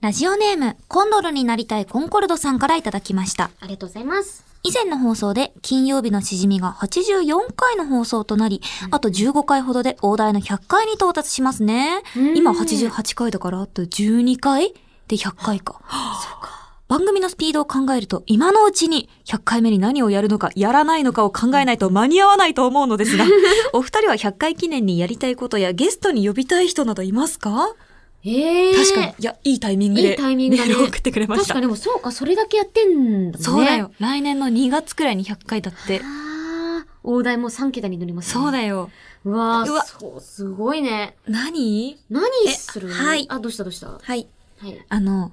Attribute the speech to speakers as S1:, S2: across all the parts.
S1: ラジオネーム、コンドルになりたいコンコルドさんからいただきました。
S2: ありがとうございます。
S1: 以前の放送で、金曜日のしじみが84回の放送となり、あと15回ほどで大台の100回に到達しますね。
S2: うん
S1: 今88回だから、あと12回で100回か。番組のスピードを考えると、今のうちに100回目に何をやるのか、やらないのかを考えないと間に合わないと思うの ですが、お二人は100回記念にやりたいことやゲストに呼びたい人などいますか、
S2: ええ
S1: 確かに。いや、いいタイミングで。
S2: いいタイミングだね
S1: メールを送ってくれました。
S2: 確かに、でもそうか、それだけやってんだもんね。
S1: そうだよ。。来年の2月くらいに100回だって。
S2: ああ、大台も3桁に乗ります、ね。
S1: そう
S2: よ。
S1: だよ。
S2: うわ
S1: うわ
S2: ーそう、すごいね。
S1: 何
S2: 何する
S1: えはい
S2: あ、どうしたどうしたは
S1: はい。
S2: い。
S1: あの、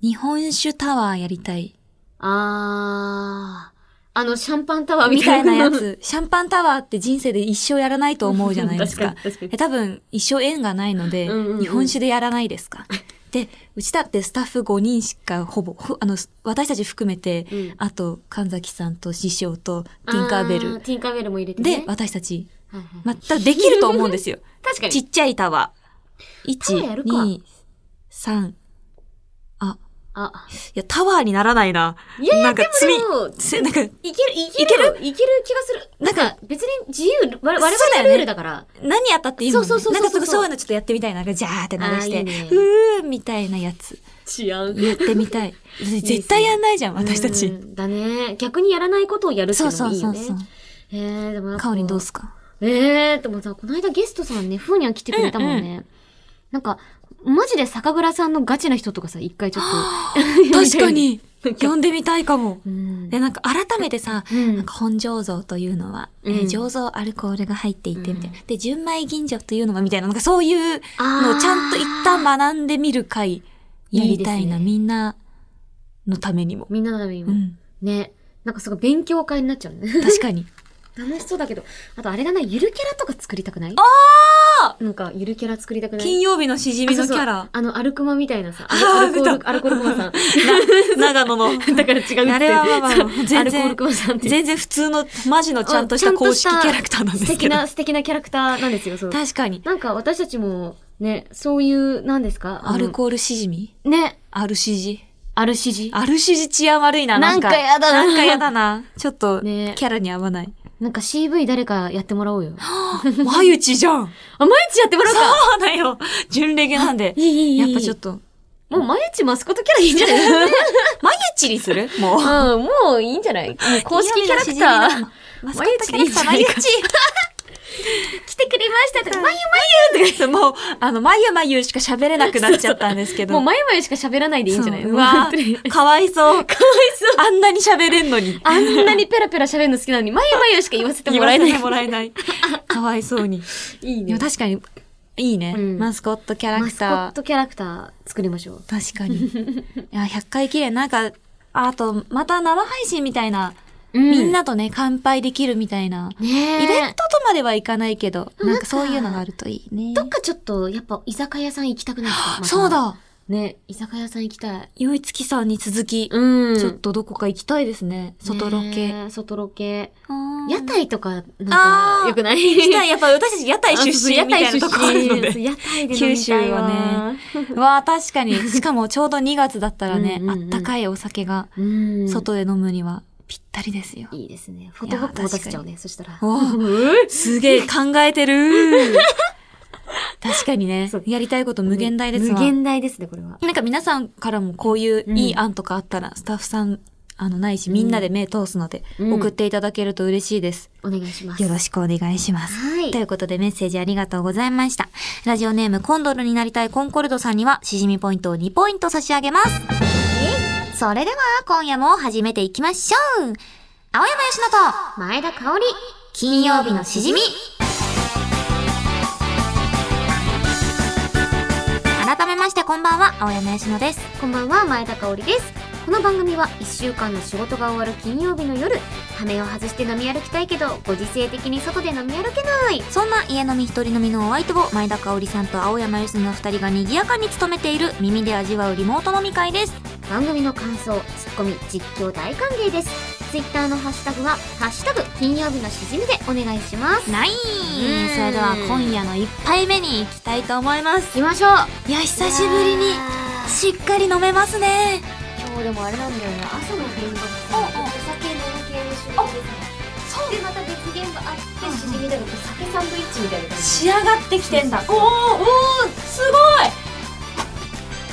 S1: 日本酒タワーやりたい。
S2: あー、あの、シャンパンタワーみ
S1: み
S2: た
S1: た
S2: い
S1: い
S2: な
S1: なやつ。シャンパンタワーって人生で一生やらないと思うじゃないですか。
S2: 確かに確か
S1: え多分、一生縁がないので、
S2: うんうんうん
S1: 日本酒でやらないですか。で、うちだってスタッフ5人しかほぼ、ほあの、私たち含めて、
S2: に。うん
S1: あと、神崎さんと師匠とティンカーベ
S2: あ
S1: ル。
S2: ティンカーベルも入れてね。
S1: で、私たち、
S2: はいはい
S1: またできると思うんですよ。
S2: 確か
S1: ち
S2: に。
S1: っちゃいタワー。
S2: タワーや
S1: 1、
S2: るか
S1: 2、3。あ、
S2: あ、
S1: いや、タワーにならないな。
S2: いやい
S1: な
S2: や、
S1: んか
S2: で
S1: 罪
S2: もでも、
S1: せなんか、
S2: いける、いける、い
S1: い
S2: け
S1: け
S2: る
S1: る
S2: 気がする。なんか、別に自由、我我々
S1: そうだよ
S2: の
S1: ね
S2: ルールだから。
S1: 何やったっていいもん、ね、
S2: そうそうそうそ
S1: な
S2: う
S1: んかすぐそういうのちょっとやってみたいな。なんかジャーって流して、
S2: あーいいね
S1: うーみたいなやつ。
S2: 治安。
S1: やってみたい。絶対やんないじゃん、私たち。
S2: うん。だね。逆にやらないことをやるってい
S1: そうう
S2: の
S1: そ
S2: も
S1: う
S2: いい
S1: そ
S2: よ
S1: う
S2: ね。
S1: そう。
S2: えー、でもなんか
S1: かおりんどうすか
S2: ええー、でもさ、この間ゲストさんね、ふうにゃん来てくれたもんね。なんか、マジで酒蔵さんのガチな人とかさ、一回ちょっ と。
S1: 確か。に、読んでみたいかも。
S2: うん。
S1: で、なんか改めてさ、
S2: うん
S1: なんか本醸造というのは、え
S2: う
S1: ー
S2: ん
S1: 醸造アルコールが入っていて、みたいな。
S2: う
S1: で、純米吟醸というのは、みたいな、なんかそういう
S2: あ
S1: の
S2: ー
S1: をちゃんと一旦学んでみる会、やりたいな、
S2: いいですね
S1: みんなのためにも。
S2: みんなのために
S1: う
S2: も。
S1: ん。
S2: ね。なんかすごい勉強会になっちゃうね。
S1: 確か に。
S2: 楽しそうだけど。あとあれだな、ゆるキャラとか作りたくない
S1: あ
S2: なんか、ゆるキャラ作りたくない
S1: 金曜日のしじみ
S2: あ
S1: のキ
S2: そうそ
S1: ャ
S2: う
S1: ラ。
S2: あの、アルクマみたいなさ。あ
S1: あー
S2: のアルコー
S1: 出
S2: ル、アルコールク マさん。
S1: な長野 の。
S2: だから違うって。
S1: あれはまあまあ
S2: そう
S1: 全然
S2: アルコールクマさんって。
S1: 全然普通の、マジのちゃんとした公式キャラクターなんで
S2: 素
S1: す
S2: 敵
S1: けど。
S2: な、素敵なキャラクターなんですよ、そう。
S1: 確かに。
S2: なんか私たちも、ね、そういう、なんですか
S1: アルコールしじみ
S2: ール。ね、
S1: ?RCG?
S2: アルシジ。
S1: アルシジ治安悪いな、
S2: な
S1: なんん
S2: か
S1: か。
S2: やだな
S1: なんかやだな。ちょっと、キ
S2: ね
S1: ャラに合わない。
S2: なんか CV 誰かやってもらおうよ。あ、
S1: まゆちじゃん
S2: 毎日やってもらおうか
S1: そうだよ純レギュなんで。
S2: いいいいいい。
S1: やっぱちょっと、
S2: と。もう毎日マスコットキャラいいんじゃない
S1: まゆちにするもう。
S2: うん、もういいんじゃないもう公式キャラクター。
S1: ー。マスコットキャラクター、ま
S2: まゆ
S1: ゆ
S2: ちでいいん
S1: ち
S2: 来てくれましたって。毎
S1: もう、あの、まゆまゆしか喋れなくなっちゃったんですけど。
S2: もう毎毎しか喋らないでいいんじゃない
S1: そううわ ーかわいそう。かわいそう。あんなに喋れんのに。
S2: あんなにペラペラ喋るの好きなのに、まゆまゆしか言わせても
S1: 言
S2: ら
S1: わ
S2: え
S1: せ
S2: ない。
S1: てもらえない。かわいそうに。
S2: いい
S1: でも確かに、いいね。
S2: うん
S1: マスコットキャラ
S2: マ
S1: ク
S2: スコ
S1: ター
S2: ッ。トキャラクター作りましょう。
S1: 確 かに。いや、100回綺麗。なんか、あと、また生配信みたいな、みんなとね、乾杯できるみたいな。
S2: ね
S1: イ
S2: え、イ
S1: ベントとまではいかないけど、
S2: なんか
S1: なんかそういうのがあるといいね。
S2: どっかちょっと、やっぱ居酒屋さん行きたくないですか、また
S1: そう。だ。
S2: ね、居酒屋さん行きたい。
S1: よいつきさんに続き、
S2: うん
S1: ちょっとどこか行きたいですね。外ロケ。
S2: ねえ外ロケ。
S1: うん
S2: 屋台とか、なん
S1: あ
S2: か、
S1: ー
S2: よくない
S1: 行きたい。やっぱ私たち屋台出身
S2: あ
S1: みたいなとこあるの
S2: そう
S1: で。
S2: 屋台で飲みたいわ
S1: 九州はね。うわあ確かに。しかもちょうど2月だったらね
S2: うん、うんうん
S1: あったかいお酒が
S2: うん。
S1: 外で飲むにはぴったりですよ。
S2: いいですね。フォトブックも出せちゃうね、そしたら。
S1: おー
S2: うん
S1: すげえ考えてる。 確かにね
S2: そう、
S1: やりたいこと無限大ですわ
S2: 無。限大ですね、これは。
S1: なんか皆さんからもこういういい
S2: うん
S1: 案とかあったら、スタッフさん、あの、ないし、みんなで目通すので、
S2: うん
S1: 送っていただけると嬉しいです。
S2: お願いします。
S1: よろしくお願いします。
S2: はい
S1: ということでメッセージありがとうございました。ラジオネームコンドルになりたいコンコルドさんには、しじみポイントを2ポイント差し上げます。それでは、今夜も始めていきましょう。青山よしのと、
S2: 前田香織。
S1: 金曜日のしじみ。改めましてこんばんは、青山よしのです。
S2: こんばんは、前田香織です。この番組は1週間の仕事が終わる金曜日の夜、羽目を外して飲み歩きたいけど、ご時世的に外で飲み歩けない。
S1: そんな家飲み一人飲みのお相手を前田香織さんと青山由美の二人が賑やかに務めている耳で味わうリモート飲み会です。
S2: 番組の感想、ツッコミ、実況大歓迎です。ツイッターのハッシュタグは、ハッシュタグ、金曜日のしじみでお願いします。
S1: ない
S2: ん
S1: それでは今夜の一杯目に行きたいと思います。
S2: 行きましょう
S1: いや、久しぶりに
S2: いやー
S1: しっかり飲めますね。
S2: 今日でもあれなんだよね朝の現場
S1: おうおう
S2: お酒飲む系でしょそうでまた別現場あって
S1: うんうん
S2: しじみだけど酒サンドイッチみたいな感じ
S1: 仕上がってきてんだ。おーおーす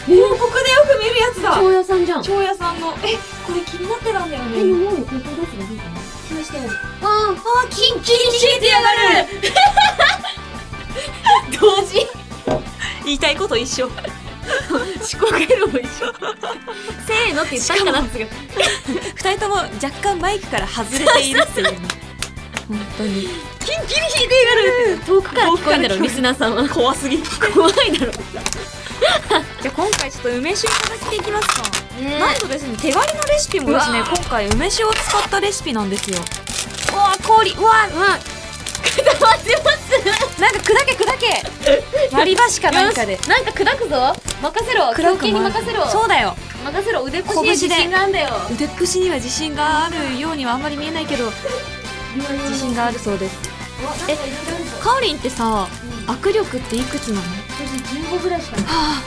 S1: ごい広告でよく見るやつだ
S2: 長屋さんじゃん
S1: 蝶屋さんの、え、これ気になってたんだよ
S2: え、日
S1: ね。
S2: 本で高校出すのいいかな試してる
S1: ああ、キンキン敷いてやがる 同時言いたいこと一緒。
S2: 思考回路も一緒せーのって言ったんかなって
S1: 二人とも若干マイクから外れているっていう。本当に。キンキン引いてやがる
S2: 遠くから聞こえん
S1: 遠くから聞
S2: だろ
S1: こえる
S2: リスナーさんは
S1: 怖すぎ。じ
S2: 怖い だろ
S1: ゃあ今回ちょっと梅酒いただきていきますか。
S2: ね
S1: なんとですね、手割りのレシピもですね、
S2: うわ
S1: 今回梅酒を使ったレシピなんですよ。うわー氷、うわーうわ
S2: 固まってます
S1: なんか砕け砕け割り箸かなんかで。
S2: なんか砕くぞ任せろ狂犬に任せろ
S1: そうだよ。
S2: 任せろ腕っぷしには自信があんだよ
S1: 腕っぷしには自信があるようにはあんまり見えないけど、自信があるそうです。
S2: え
S1: カオリンってさ、
S2: あ
S1: 握力っていくつなのは
S2: 私15ぐらいしかない
S1: あ、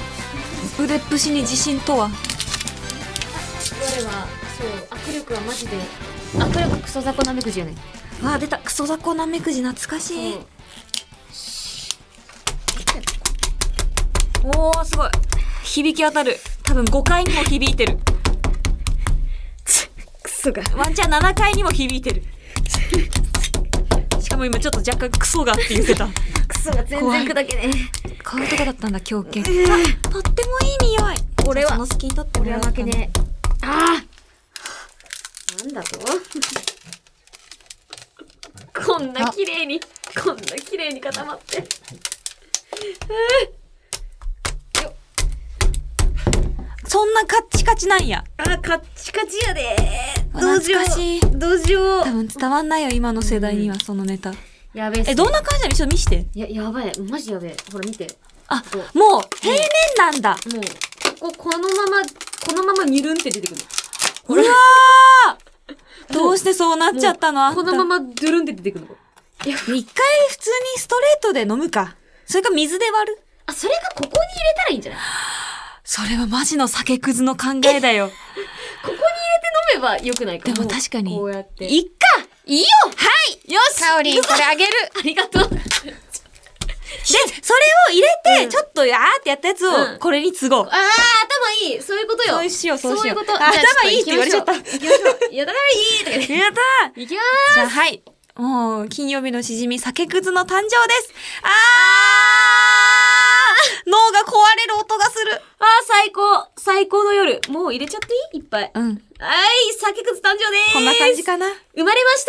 S1: 腕っぷしに自信とは。
S2: 我はそう握力はマジで握力クソ雑魚なめくじよね
S1: わあ、出た。クソ雑魚なめくじ懐かしい。おー、すごい。響き当たる。多分5回にも響いてる。
S2: クソが
S1: ワンチャン7回にも響いて る。しかも今ちょっと若干クソがって言ってた。
S2: クソが全然砕けね
S1: こういうとこだったんだ、狂犬。
S2: え
S1: あとってもいい匂い。
S2: 俺は
S1: じゃあその隙にとってもらおうかな。
S2: えああなんだとこんな綺麗にこんな綺麗に固まって
S1: そんなカッチカチなんや。
S2: あーカッチカチやでー
S1: 懐かしい
S2: どうしよ
S1: 多分伝わんないよ、今の世代には、そのネタ。
S2: やべえっす
S1: え、どんな感じなのちょっと見して。
S2: ややばいマジやべえほら見て
S1: あ
S2: そう、
S1: もう、平面なんだ。
S2: もうこここのままこのままニュルンって出てくる
S1: うわーどうしてそうなっちゃったのあんた
S2: このままドゥルンって出てくるの
S1: 一回普通にストレートで飲むか。それか水で割る。
S2: あそれがここに入れたらいいんじゃない
S1: それはマジの酒くずの考えだよ。
S2: ここに入れて飲めばよくないか
S1: でも確かに
S2: こうやって
S1: いっか
S2: いいよはいよし
S1: かおりんこれあげる
S2: ありがとう
S1: で、それを入れて、ちょっとやーってやったやつ
S2: う
S1: を、
S2: ん
S1: これに都合
S2: あ。あ、頭いいそういうことよ
S1: そうしよう、そうしよう。
S2: いうこと
S1: あ頭いいって言われちゃった。
S2: 行
S1: やっ
S2: きましょう。いや、頭いいとか言って。
S1: たー
S2: 行きま
S1: じゃあ、はい。もう、金曜日のしじみ、酒くずの誕生です。あー脳が壊れる音がする。
S2: あー、最高最高の夜もう入れちゃっていいいっぱい。は
S1: うん。
S2: い、酒くず誕生でーす
S1: こんな感じかな。
S2: 生まれまし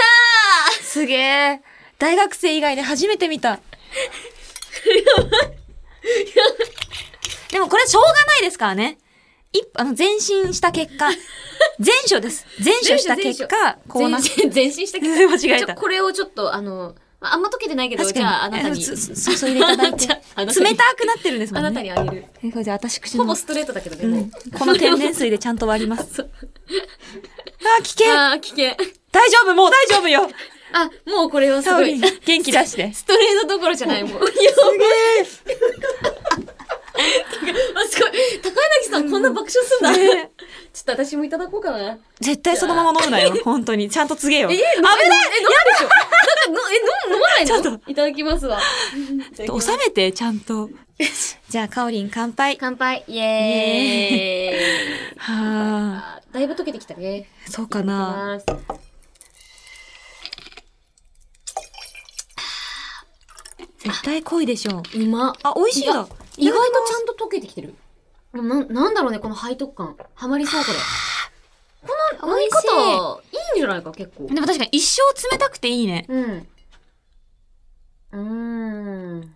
S2: た
S1: すげえ。大学生以外で初めて見た。でもこれしょうがないですからね。一あの、前進した結 果。前書です。前書した結果、こうなっ
S2: 全身、全身したけど。
S1: 間違え
S2: ちょ
S1: た。
S2: これをちょっと、あの、まああんま溶けてないけど、
S1: 確
S2: じゃあ、
S1: か
S2: あ
S1: に。
S2: なたに、
S1: つつ注いでいた だいて。
S2: じゃあ
S1: 冷
S2: あな
S1: た
S2: たに
S1: くなってるんですも
S2: あ
S1: んね。
S2: なたにあげる。
S1: えこれじゃあ私口
S2: ほ
S1: の
S2: ぼストレートだけどね、
S1: う
S2: も
S1: ん
S2: う。
S1: この天然水でちゃんと割ります。あー、危険
S2: ああ、危険。
S1: 大丈夫もう大丈夫 よ
S2: あ、もうこれはす
S1: サ
S2: ご
S1: オリ
S2: い
S1: ン。、元気出 して。
S2: ストレートどころじゃない、もう。いや、
S1: す
S2: あすごい。高柳さん、こんな爆笑すんだ。
S1: げえ
S2: ちょっと私もいただこうかな。
S1: 絶対そのまま飲むな よ。本当に。ちゃんと告げよう。
S2: え、飲めないえ、飲むでしょなんか、のえ、飲む飲まないの
S1: ちょっ
S2: いただきますわ。
S1: 収めて、ちゃんと。 じゃあ、かおりん乾杯。
S2: 乾杯イ
S1: エ
S2: エーイ
S1: はあ、
S2: あだいぶ溶けてきたね。
S1: そうかな。
S2: いただきます
S1: 絶対濃いでしょう。
S2: うまっ。
S1: あ、美味しいん
S2: い
S1: だ
S2: や。意外とちゃんと溶けてきてる。な、なんだろうね、この背徳感。ハマりそう、これ。この飲み方、いいんじゃないか、結構。
S1: でも確かに一生冷たくていいね。
S2: うん。うーん。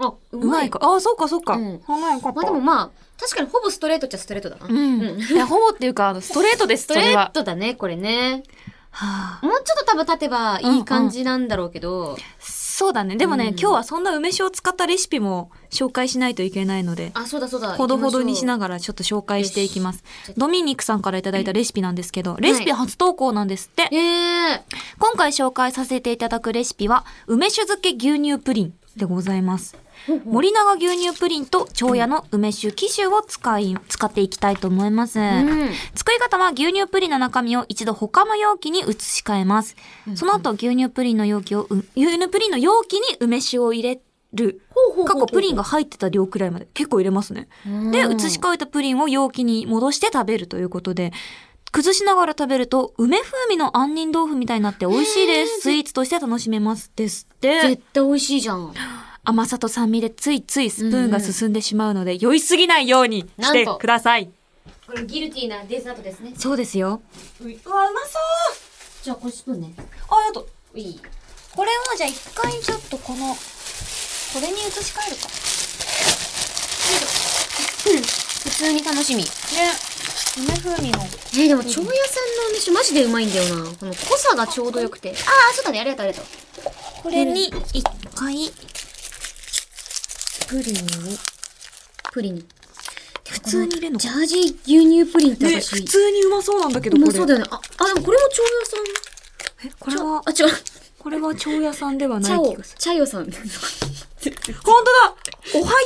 S2: あ、う
S1: うまいか。あ、そうか、そうか。
S2: うん
S1: うまいか。
S2: まあでもまあ、確かにほぼストレートっちゃストレートだな。
S1: う
S2: うん
S1: ん。いや、ほぼっていうか、あのストレートです、
S2: スト
S1: それ
S2: レー
S1: は。
S2: トだね、これね。
S1: はあ
S2: もうちょっと多分経てばいい感じなんだろうけど、
S1: そうだね。でも
S2: うん
S1: ね、今日はそんな梅酒を使ったレシピも紹介しないといけないので、
S2: あ、そうだそうだ。
S1: ほどほどにし
S2: が
S1: ながらちょっと紹介していきます
S2: よし。
S1: ドミニクさんからいただいたレシピなんですけど、レシピ初投稿なんですって。
S2: ら。ええ
S1: 今回紹介させていただくレシピは、梅酒漬け牛乳プリンでございます。
S3: 森永牛乳プリンと蝶屋の梅酒、紀州を使い、使っていきたいと思います。
S2: うん。
S3: 作り方は牛乳プリンの中身を一度他の容器に移し替えます。その後、牛乳プリンの容器を、う牛乳プリンの容器に梅酒を入れる。
S2: ほうほうほうほう
S3: 過去プリンが入ってた量くらいまで結構入れますね。で、
S2: うん
S3: 移し替えたプリンを容器に戻して食べるということで、崩しながら食べると、梅風味の杏仁豆腐みたいになって美味しいです。スイーツとして楽しめます。ですって。
S2: 絶対美味しいじゃん。
S3: 甘さと酸味でついついスプーンが進んでしまうので、酔いすぎないようにしてください。
S2: これギルティーなデザートですね。
S3: そうですよ。うわ、うまそう
S2: じゃあこれスプーンね。
S3: あ、やっと。
S2: いい。
S3: これをじゃあ一回ちょっとこの、これに移し替えるか。
S2: 普通に楽しみ。
S3: ね。梅風味の。
S2: えーでも、蝶屋さんのお飯マジでうまいんだよな。この濃さがちょうどよくて。ああ、そうだね。ありがとう、ありがとう。
S3: これに一回、プリンを。
S2: プリン。普
S3: 普通に入れんの
S2: ジ
S3: か
S2: ャージー牛乳プリンって
S3: ね、
S2: 私。
S3: 普通にうまそうなんだけど、
S2: う
S3: こ
S2: ま
S3: れ。
S2: そうだよね。あ、あ、でもこれも蝶屋さん。
S3: え、これは、
S2: ちょあ、違う。
S3: これは蝶屋さんでは
S2: チ
S3: な
S2: ャ
S3: い
S2: オ
S3: 気がす、
S2: チャヨさん。
S3: る。ほんとだおはよ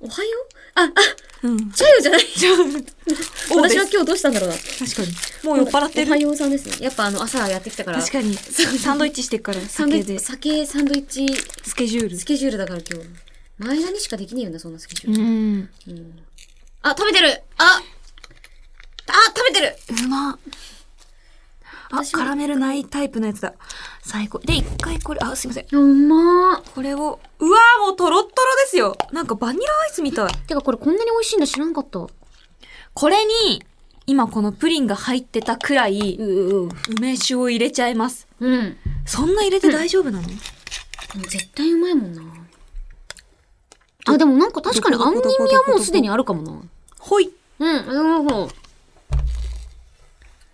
S2: おはようあ、あ、
S3: うさんうん。
S2: チャヨ じゃない。
S3: じゃあ、おで
S2: 私は
S3: す。
S2: 今日どうしたんだろうな。
S3: 確かに。もう酔っ払って
S2: おは
S3: る。
S2: ようさんですね。やっぱあの、朝やってきたから。
S3: 確かに。サンドイッチしてるから、
S2: サンドイ
S3: 酒
S2: ッチ、
S3: で。
S2: 酒、サンドイッチ、
S3: スケジュール
S2: ス。ケジュールだから今日。前田にしかできねえよな、そんなスケジュール。
S3: うん。
S2: あ、食べてるああ、食べてる
S3: うまあ、
S2: 私も
S3: カラメルないタイプのやつだ。最高。で、一回これ、あ、すいません。
S2: うま
S3: これを、うわーもうトロットロですよなんかバニラアイスみたい。
S2: てかこれこんなに美味しいんだ知らんかった。う
S3: これに、今このプリンが入ってたくらい、
S2: うう。
S3: 梅酒を入れちゃいます。
S2: うん。
S3: そんな入れて大丈夫なの、
S2: 絶対うまいもんな。あ、でもなんか確かに杏仁味はもうすでにあるかもな。
S3: ほい。
S2: うん、うん、うん。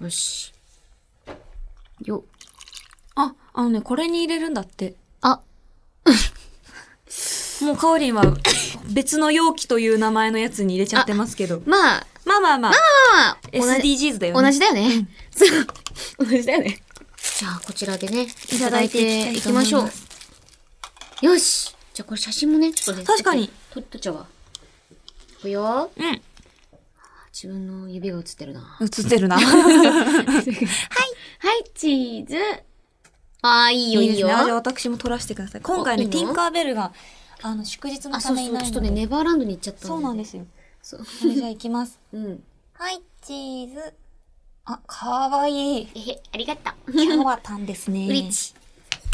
S2: よし。よ、
S3: あ、あのね、これに入れるんだって。
S2: あ、
S3: もうカオリンは別の容器という名前のやつに入れちゃってますけど。
S2: まあ、
S3: まあまあま
S2: ま
S3: あ、
S2: あ、同じ、
S3: SDGs だよね。
S2: 同じだよね。そう。
S3: 同じだよね。
S2: じゃあ、こちらでね、い
S3: い
S2: ただいていきましょう。よし。じゃあ、これ写真もね、ちょっとね
S3: 確かに。
S2: 撮っと撮っちゃうわ。いくよ。
S3: うん。
S2: 自分の指が映ってるな。
S3: 映ってるな。
S2: はい、チーズ。ああ、いいよ、いい
S3: です
S2: よ。
S3: ね。あじゃあ私も取らせてください。今回
S2: い
S3: ね、
S2: いの
S3: ティンカーベルが、あの、祝日の
S2: あ、
S3: た
S2: そう
S3: めい
S2: そう、
S3: ない
S2: ちょ
S3: の
S2: っ
S3: で。
S2: とね、ネバーランドに行っちゃった。
S3: そうなんですすよ。
S2: そう。
S3: それじゃあ行きます。
S2: うん。
S3: はい、チーズ。あ、かわいい。
S2: えへ、ありがとう。
S3: キャワタンですね。
S2: うりち。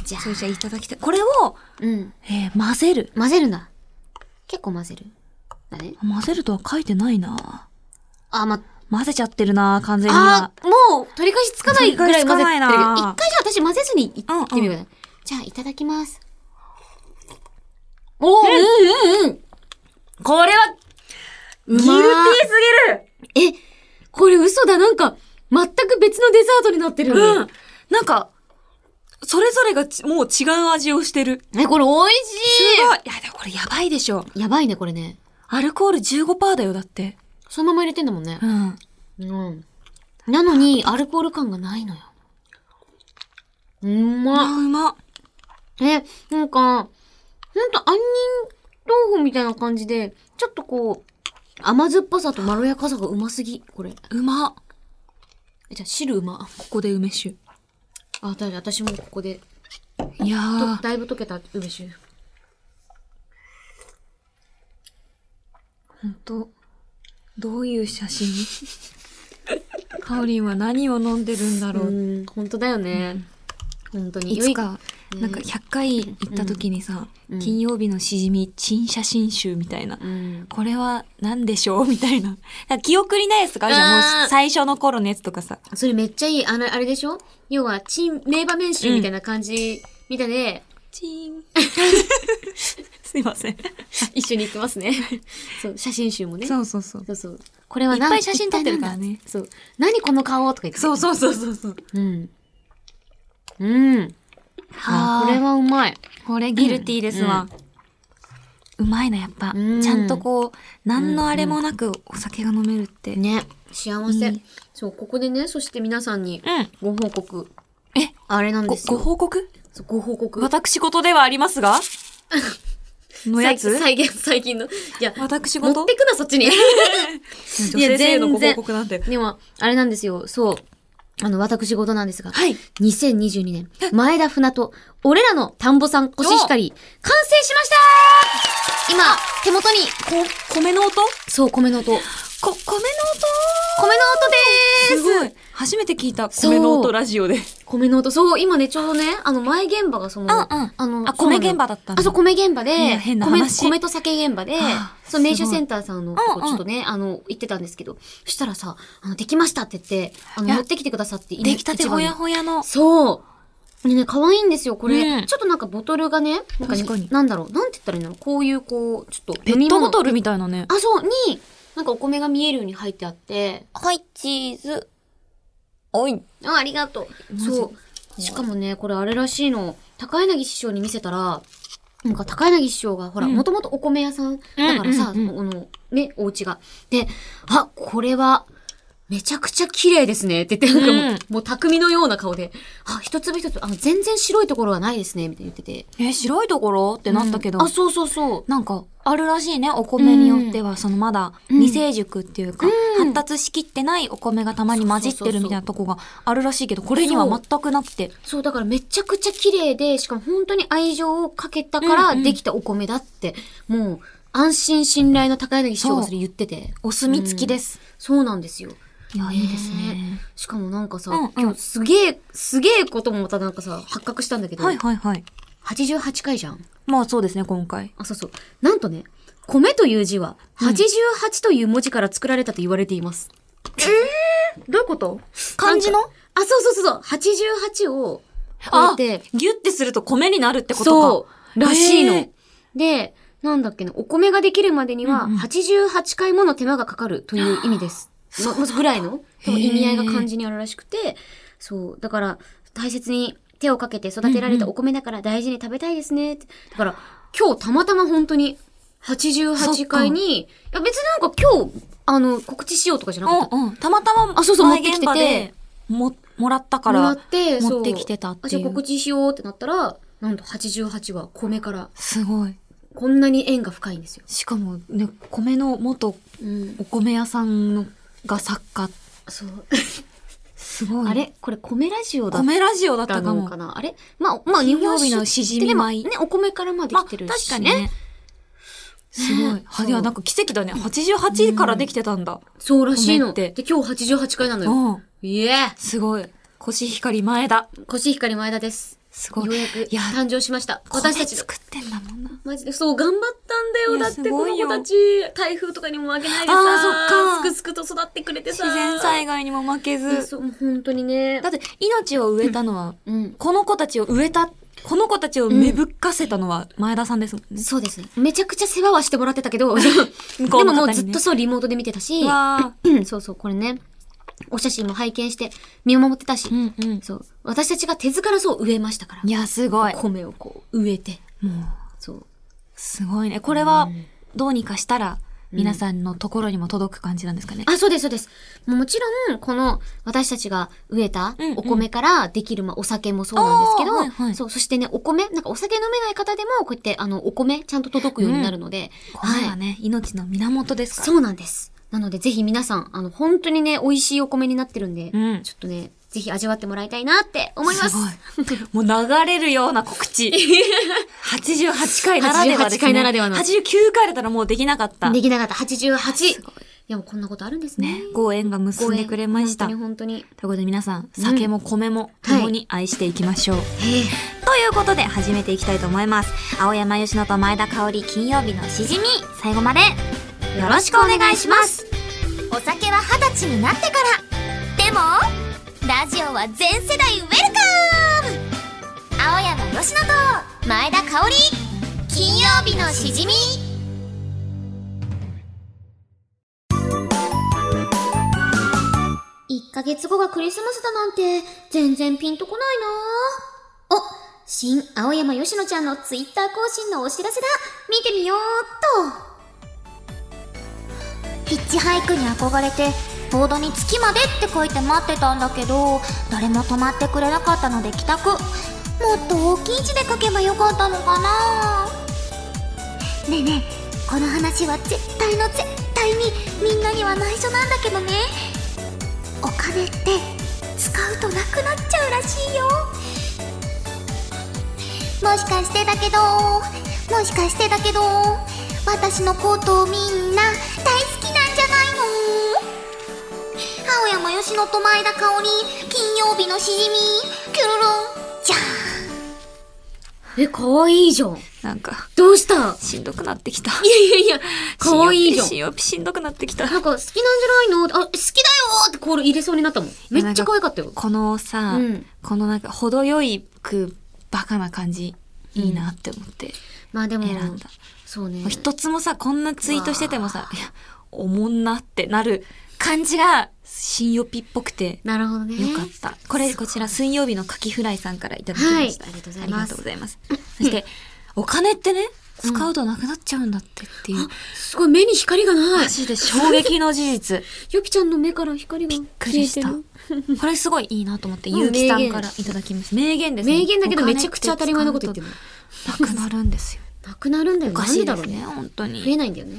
S2: じゃあ
S3: そ、れじゃあいただきたい。これを、
S2: うん。
S3: えー混ぜる。
S2: 混ぜるんだ。結構混ぜる。だね。
S3: 混ぜるとは書いてないな
S2: あ、ま、
S3: 混ぜちゃってるな完全に
S2: あ
S3: 今。
S2: ー、もう取り返しつかないぐらい混ぜてるけど。一
S3: 取り返しつかないな
S2: 回じゃあ私混ぜずにい
S3: うんうん
S2: ってみようかな。じゃあ、いただきます。おー、うんうんうん。
S3: これは、ギルティーす
S2: え、これ嘘だ。なんか、全く別のデザートになって
S3: ぎ
S2: る
S3: る
S2: よね。
S3: うん。なんか、それぞれがちもう違う味をしてる。
S2: え、これ美味
S3: す
S2: し
S3: ごいいや、でもこれやばいでしょ。
S2: いやばいね、これね。
S3: アルコール15%だよ、だって。
S2: そのまま入れてんだもんね。
S3: うん。
S2: うん。なのに、アルコール感がないのよ。う
S3: あ、
S2: まっ。
S3: うま。
S2: え、なんか、ほんと、杏仁豆腐みたいな感じで、ちょっとこう、甘酸っぱさとまろやかさがうますぎ、これ。
S3: うま。
S2: えじゃあ、汁うま。
S3: ここで梅酒。
S2: あ、だい私もここで、
S3: いや
S2: と
S3: ー。
S2: だいぶ溶けた梅酒。
S3: ほんと、どういう写 真カオリンは何を飲んでるんだろう。
S2: うん、ほんとだよね。ほんとに。
S3: いつか、
S2: 良い
S3: なんか100回行った時にさ、
S2: うん
S3: 金曜日のしじみ、珍写真集みたいな。
S2: うん。
S3: これは何でしょうみたいな。なんか記憶にないやつとかあるじゃん。
S2: あー
S3: もう最初の頃のやつとかさ。
S2: それめっちゃいい。あの、あれでしょ要は、チン、名場面集みたいな感じ、みたいで、
S3: チーン。 すいません。
S2: 一緒に行って ますね。そう、写真集もね。
S3: そうそうそう。
S2: そうそう。これは何
S3: いっぱい写真撮ってるからね。
S2: 一体なんだそう。何この顔とか言って。
S3: そうそうそうそうそう。
S2: う。うん。うん。あ
S3: あー
S2: これはうまい。
S3: これギルティーですわ。うまいな、やっぱ。
S2: うん
S3: ちゃんとこう、何のあれもなくお酒が飲めるって。うん。
S2: ね。幸
S3: い
S2: せ
S3: い。
S2: そう、ここでね、そして皆さんにご報告。
S3: え
S2: あれなん
S3: ご
S2: です
S3: ご
S2: よ。
S3: 報告
S2: そうご報告。
S3: 私事ではありますが のやつ
S2: 最 近、最近の。いや、
S3: 私
S2: 持
S3: 事
S2: ってくな、そっち に。
S3: 女性性のご報告なんて。
S2: でも、あれなんですよ。そう。あの、私事なんですが。
S3: はい。
S2: 2022年、前田船と、俺らの田んぼさん、コシヒカリ、完成しましたー今、手元に、
S3: こ、米の音こ、
S2: そう、米の音。米の
S3: 米の音
S2: 音ですーす
S3: ごい。初めて聞いた米の
S2: そ
S3: 音
S2: う
S3: ラジオで。
S2: 米の音、そう、今ね、ちょうどね、あの、前現場がその、
S3: うんうん
S2: あの、
S3: あ、米現
S2: 場
S3: 場だったんだ
S2: あ、そう、米現場
S3: い
S2: で、
S3: や変な
S2: 米
S3: 話
S2: 米と酒現場で
S3: はあ、
S2: そう、名
S3: す
S2: 所
S3: ごい
S2: センターさんのと
S3: う
S2: こ、
S3: んうん
S2: ちょっとね、あの、行ってたんですけど、そしたらさ、あの、できましたって言って、あの、
S3: いや
S2: 持ってきてくださって、今
S3: 出来たてほやほやの。
S2: そう。ね、可愛いんですよ、これ。
S3: うん
S2: ちょっとなんかボトルがね、なん
S3: 確かに
S2: なんだろう、なんて言ったらいいのこういうこう、ちょっと
S3: ペ
S2: 飲み
S3: ットボ
S2: 物。
S3: トルみたいなね。
S2: あ、そう、に、なんかお米が見えるように入ってあって。
S3: はい、チーズ。おい。
S2: あ、ありがとう。
S3: マジ
S2: そう。しかもね、これあれらしいの。高柳師匠に見せたら、なんか高柳師匠が、ほら、
S3: うん
S2: もともとお米屋さんだからさ、
S3: うんうんう
S2: あの、ね、お家が。で、あ、これは、めちゃくちゃ綺麗ですね。って言って、なんかもう、
S3: うん
S2: もう匠のような顔で、あ、一粒一粒、あの、全然白いところがないですね、みたいに言ってて。
S3: え、白いところってなったけど。
S2: うんあ、そうそうそう。
S3: なんか、あるらしいね、お米によっては、そのまだ
S2: うん
S3: 未成熟っていうか、
S2: うん
S3: 発達しきってないお米がたまに混じってるみたいなとこがあるらしいけど、これには全くなくて。
S2: そう、だからめちゃくちゃ綺麗で、しかも本当に愛情をかけたから
S3: うんうん
S2: できたお米だって、もう安心信頼の高柳師匠が
S3: そう
S2: それ言ってて。
S3: お墨付きです。
S2: そうなんですよ。
S3: いや、いいですね。
S2: しかもなんかさ、
S3: うんうん
S2: 今日すげえ、すげえこともまたなんかさ、発覚したんだけど、
S3: はいはいはい。
S2: 88回じゃん。
S3: まあそうですね、今回。
S2: あ、そうそう。なんとね、米という字は、88という文字から作られたと言われています。えー、どういうこと
S3: 漢字の
S2: なんかあ、そうそうそうそう、88を超えて、
S3: ギュッてすると米になるってことか。
S2: そう。らしいの。
S3: へー
S2: で、なんだっけな、お米ができるまでには
S3: うんうん
S2: 88回もの手間がかかるという意味です。ま、まずぐらいの多分
S3: へー
S2: 意味合いが漢字にあるらしくて、そう。だから、大切に手をかけて育てられたお米だから大事に食べたいですねって。だから、今日たまたま本当に88回に、いや別になんか今日、あの、告知しようとかじゃなかった。
S3: うんうん。たまたま、
S2: あそうそう
S3: 前
S2: 持ってきてて
S3: 現場でも、もらったか
S2: もらっ
S3: ら、
S2: て、そう
S3: 持ってきてたって
S2: あ、じゃあ
S3: いう
S2: 告。知しようってなったら、なんと88は米から
S3: すごい。
S2: こんなに縁が深いんですよ。
S3: しかもね、米の元
S2: うん。
S3: お米屋さんのが作家、
S2: そう。
S3: すごい。
S2: あれこれ米ラジオだっ
S3: 米ラジオだったたか
S2: の
S3: も
S2: か。なあれまあ、まあ、日本
S3: 金曜日
S2: 酒
S3: のしじみ米
S2: ってでもね、お米からまあできてるし、ね。
S3: まあ確かに。ね。すごい。は、いや、なんか奇跡だね。88からできてたんだ。
S2: そうらしい
S3: 米
S2: の。
S3: っ
S2: で
S3: て、
S2: 今日88回なのよ。
S3: うん。
S2: いえ
S3: すごい。コシヒカリ前田。
S2: コシヒカリ前田です。
S3: す
S2: よ
S3: ご
S2: う
S3: い。
S2: やく
S3: いや
S2: 誕生しました。私
S3: 私
S2: た
S3: た
S2: ち
S3: ち
S2: の。
S3: 作ってんだもんな。
S2: マジで、そう、頑張ったんだ
S3: い
S2: よ。
S3: や
S2: だって、
S3: す
S2: こ
S3: ご
S2: の
S3: いよ
S2: 子たち、台風とかにも負けないでさ、
S3: あーそっか
S2: すくすくと育ってくれてさ。
S3: 自然災害にも負け
S2: 害。
S3: ず。
S2: そう、もう本当にね。
S3: だって、命を植えたのは、
S2: うん。
S3: この子たちを植えた、この子たちを芽吹かせたのは前田さんですもんね。
S2: そうですね。めちゃくちゃ世話はしてもらってたけ ど、
S3: 向こう
S2: で
S3: の
S2: もも
S3: 方にね
S2: うずっとそう、リモートで見てたし。
S3: うわ
S2: うんそうそう、これね、お写真も拝見して見守ってたし、
S3: ーうんうん。
S2: そう、私たちが手塚らそう植えましたから
S3: い、や、すごい。
S2: 米をこう植えて、
S3: もう。
S2: そう。
S3: すごいね。これは
S2: うん、
S3: どうにかしたら、皆さんのところにも届く感じなんですかね。
S2: あ、そうです、そうです。もちろん、この、私たちが植えた
S3: うんうん
S2: お米からできる、まあ、お酒もそうなんですけど、
S3: あーはいはい
S2: そう、そしてね、お米、なんかお酒飲めない方でも、こうやって、あの、お米、ちゃんと届くようになるので、
S3: 米はね、命の源ですから。
S2: そうなんです。なので、ぜひ皆さん、あの、本当にね、美味しいお米になってるんで、
S3: うん
S2: ちょっとね、ぜひ味わってもらいたいなって思います。
S3: すごい。もう流れるような告 知。88回ならではです、ね。
S2: 88回ならではの
S3: 89回だったらもうできなかった。
S2: で
S3: ね、
S2: きなかった。88。いや、もうこんなことあるんですね。
S3: ご縁が結んでくれました。
S2: ご
S3: とい
S2: 縁
S3: う
S2: 本当に
S3: ことで皆さん、酒も米も共に愛していきましょう。
S2: 本当に。え
S3: ということで始めていきたいと思います。青山吉乃と前田香織金曜日のしじみ、最後まで
S2: え
S3: よろしくお願いします。
S1: お酒は二十歳になってからでもラジオは全世代ウェルカム青山佳乃と前田香織金曜日のしじみ
S2: 1ヶ月後がクリスマスだなんて、全然ピンとこない
S1: お新青山佳乃ちゃんのツイッター更新のお知らせだ見てみようっとヒッチハイクに憧れてボードに「月まで」って書いて待ってたんだけど誰も止まってくれなかったので帰宅もっと大きい字で書けばよかったのかなねえねえこの話は絶対の絶対にみんなには内緒なんだけどねお金って使うとなくなっちゃうらしいよもしかしてだけどもしかしてだけど私のことみんな大好きなんじゃないの青山佳乃と前田香織金曜日のしじみキュルルンじゃ
S2: え、可愛いじゃん。
S3: なんか、
S2: どうした
S3: しんどくなってきた。
S2: いやいやいや、可愛いじゃん。
S3: しんよぴしんどくなってきた。
S2: なんか好きなんじゃないのあ、好きだよーってコール入れそうになったもん。めっちゃ可愛かったよ。
S3: このさ、
S2: うん
S3: このなんか程よいくバカな感じ、いいなって思って
S2: まあでも、
S3: 選んだ。
S2: そうね
S3: もう。一つもさ、こんなツイートしててもさ、いや、おもんなってなる感じが、新よぴっぽくて、
S2: なるほどね。
S3: よかった。これ、こちら、水曜日のカキフライさんからいただきました。
S2: はいありがとうございます
S3: ありがとうございます。そして、お金ってね、使うとなくなっちゃうんだってっていう、
S2: すごい目に光がない
S3: マ。ジで衝撃の事実。
S2: ゆきちゃんの目から光が
S3: びっくりした
S2: 消えてる。
S3: これすごいいいなと思って、
S2: うん
S3: ゆうきさんからいただきました。名言ですね。
S2: 名言だけどめちゃくちゃ当たり前のこと言ってる。
S3: お金って使うとなくなるんですよ。
S2: なくなるんだよ。
S3: お
S2: な
S3: か
S2: ん
S3: し
S2: で
S3: い
S2: だ
S3: で
S2: ろ
S3: す
S2: う
S3: ね、
S2: ね。
S3: 本当に。
S2: 増えないんだよね。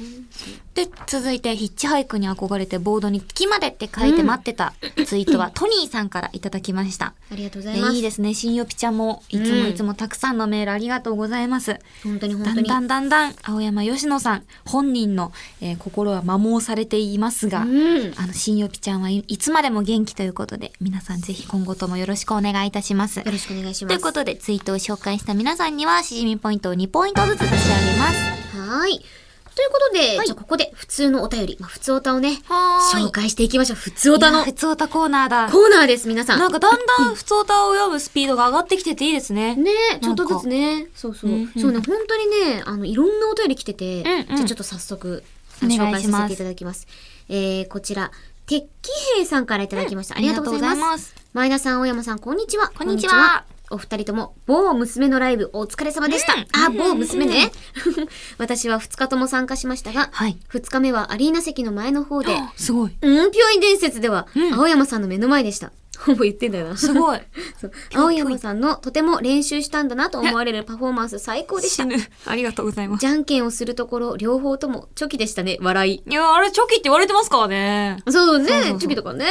S3: で、続いて、ヒッチハイクに憧れてボードに月までって書いて待ってたツイー トは、トニーさんからいただきました。
S2: ありがとうござい
S3: で
S2: ます。
S3: いいですね。新よぴちゃんも、いつ
S2: う
S3: も
S2: ん
S3: いつもたくさんのメールありがとうございます。
S2: 本当に本
S3: だ
S2: 当
S3: ん
S2: に。
S3: だんだんだん、青山吉野さん、本人の、えー心は摩耗されていますが、
S2: うん。よ
S3: あの、新よぴちゃんはいいつまでも元気ということで、皆さんぜひ今後ともよろしくお願いいたします。
S2: ろしくお願いしま
S3: とい
S2: す。
S3: うことで、ツイートを紹介した皆さんには、しじみポイントを2ポイントずつ差し上げます。
S2: はーい。ということで、
S3: はい
S2: じゃあここで普通のお便り、まあ、普通おたをね、
S3: はーい
S2: 紹介していきましょう。普通おた
S3: いや
S2: の
S3: ふつおたコーナーだ。
S2: コーナーです、皆さん。
S3: なんかだんだんふつおたを読むスピードが上がってきてていいですね。
S2: ねえ、ちょっとずつね。そうそう。
S3: うんうん
S2: そうね、本当にね、あの、いろんなお便り来てて、
S3: んうん
S2: じゃあちょっと早速、あ
S3: お願いし
S2: 紹
S3: ます
S2: 介させていただきます。えー、こちら、鉄器兵さんからいただきました。
S3: うん
S2: ありがとうございます。
S3: ありがとうございます
S2: 前田さん、大山さん、こんにちは。
S3: こんにちは
S2: お二人とも、某娘のライブ、お疲れ様でした。
S3: うん
S2: あ、某娘ね。 私は二日とも参加しましたが、
S3: はい
S2: 二日目はアリーナ席の前の方で、
S3: あすごい。
S2: うん、ぴょい伝説では、
S3: うん
S2: 青山さんの目の前でした。ほぼ言ってんだよな。
S3: すごい。
S2: そう青山さんのとても練習したんだなと思われるパフォーマンス最高でし
S3: 死
S2: た。
S3: ぬ。ありがとうございます。
S2: じゃんけんをするところ、両方ともチョキでしたね、笑い。
S3: いや、あれ、チョキって言われてますからね。
S2: そうね、
S3: そうそうそう
S2: チョキとかね。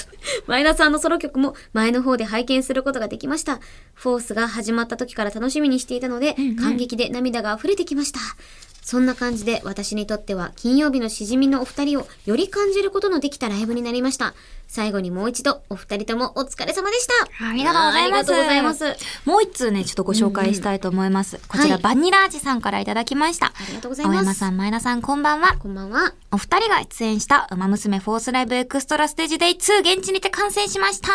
S2: 前田さんのソロ曲も前の方で拝見することができました。フォースが始まった時から楽しみにしていたので、
S3: んうん
S2: 感激で涙が溢れてきました。そんな感じで私にとっては金曜日のしじみのお二人をより感じることのできたライブになりました。最後にもう一度お二人ともお疲れ様でした。
S3: ありがとうござ
S2: あ
S3: います
S2: りがとうございます。
S3: もう一通ね、ちょっとご紹介したいと思います。こちら、
S2: はい
S3: バニラージさんからいただきました。
S2: ありがとうござい
S3: 青
S2: ます。
S3: 山さん、前田さん、こんばんは。
S2: こんばんは。
S3: お二人が出演した、ウマ娘フォースライブエクストラステージデイ2現地にて完成しました。
S2: あ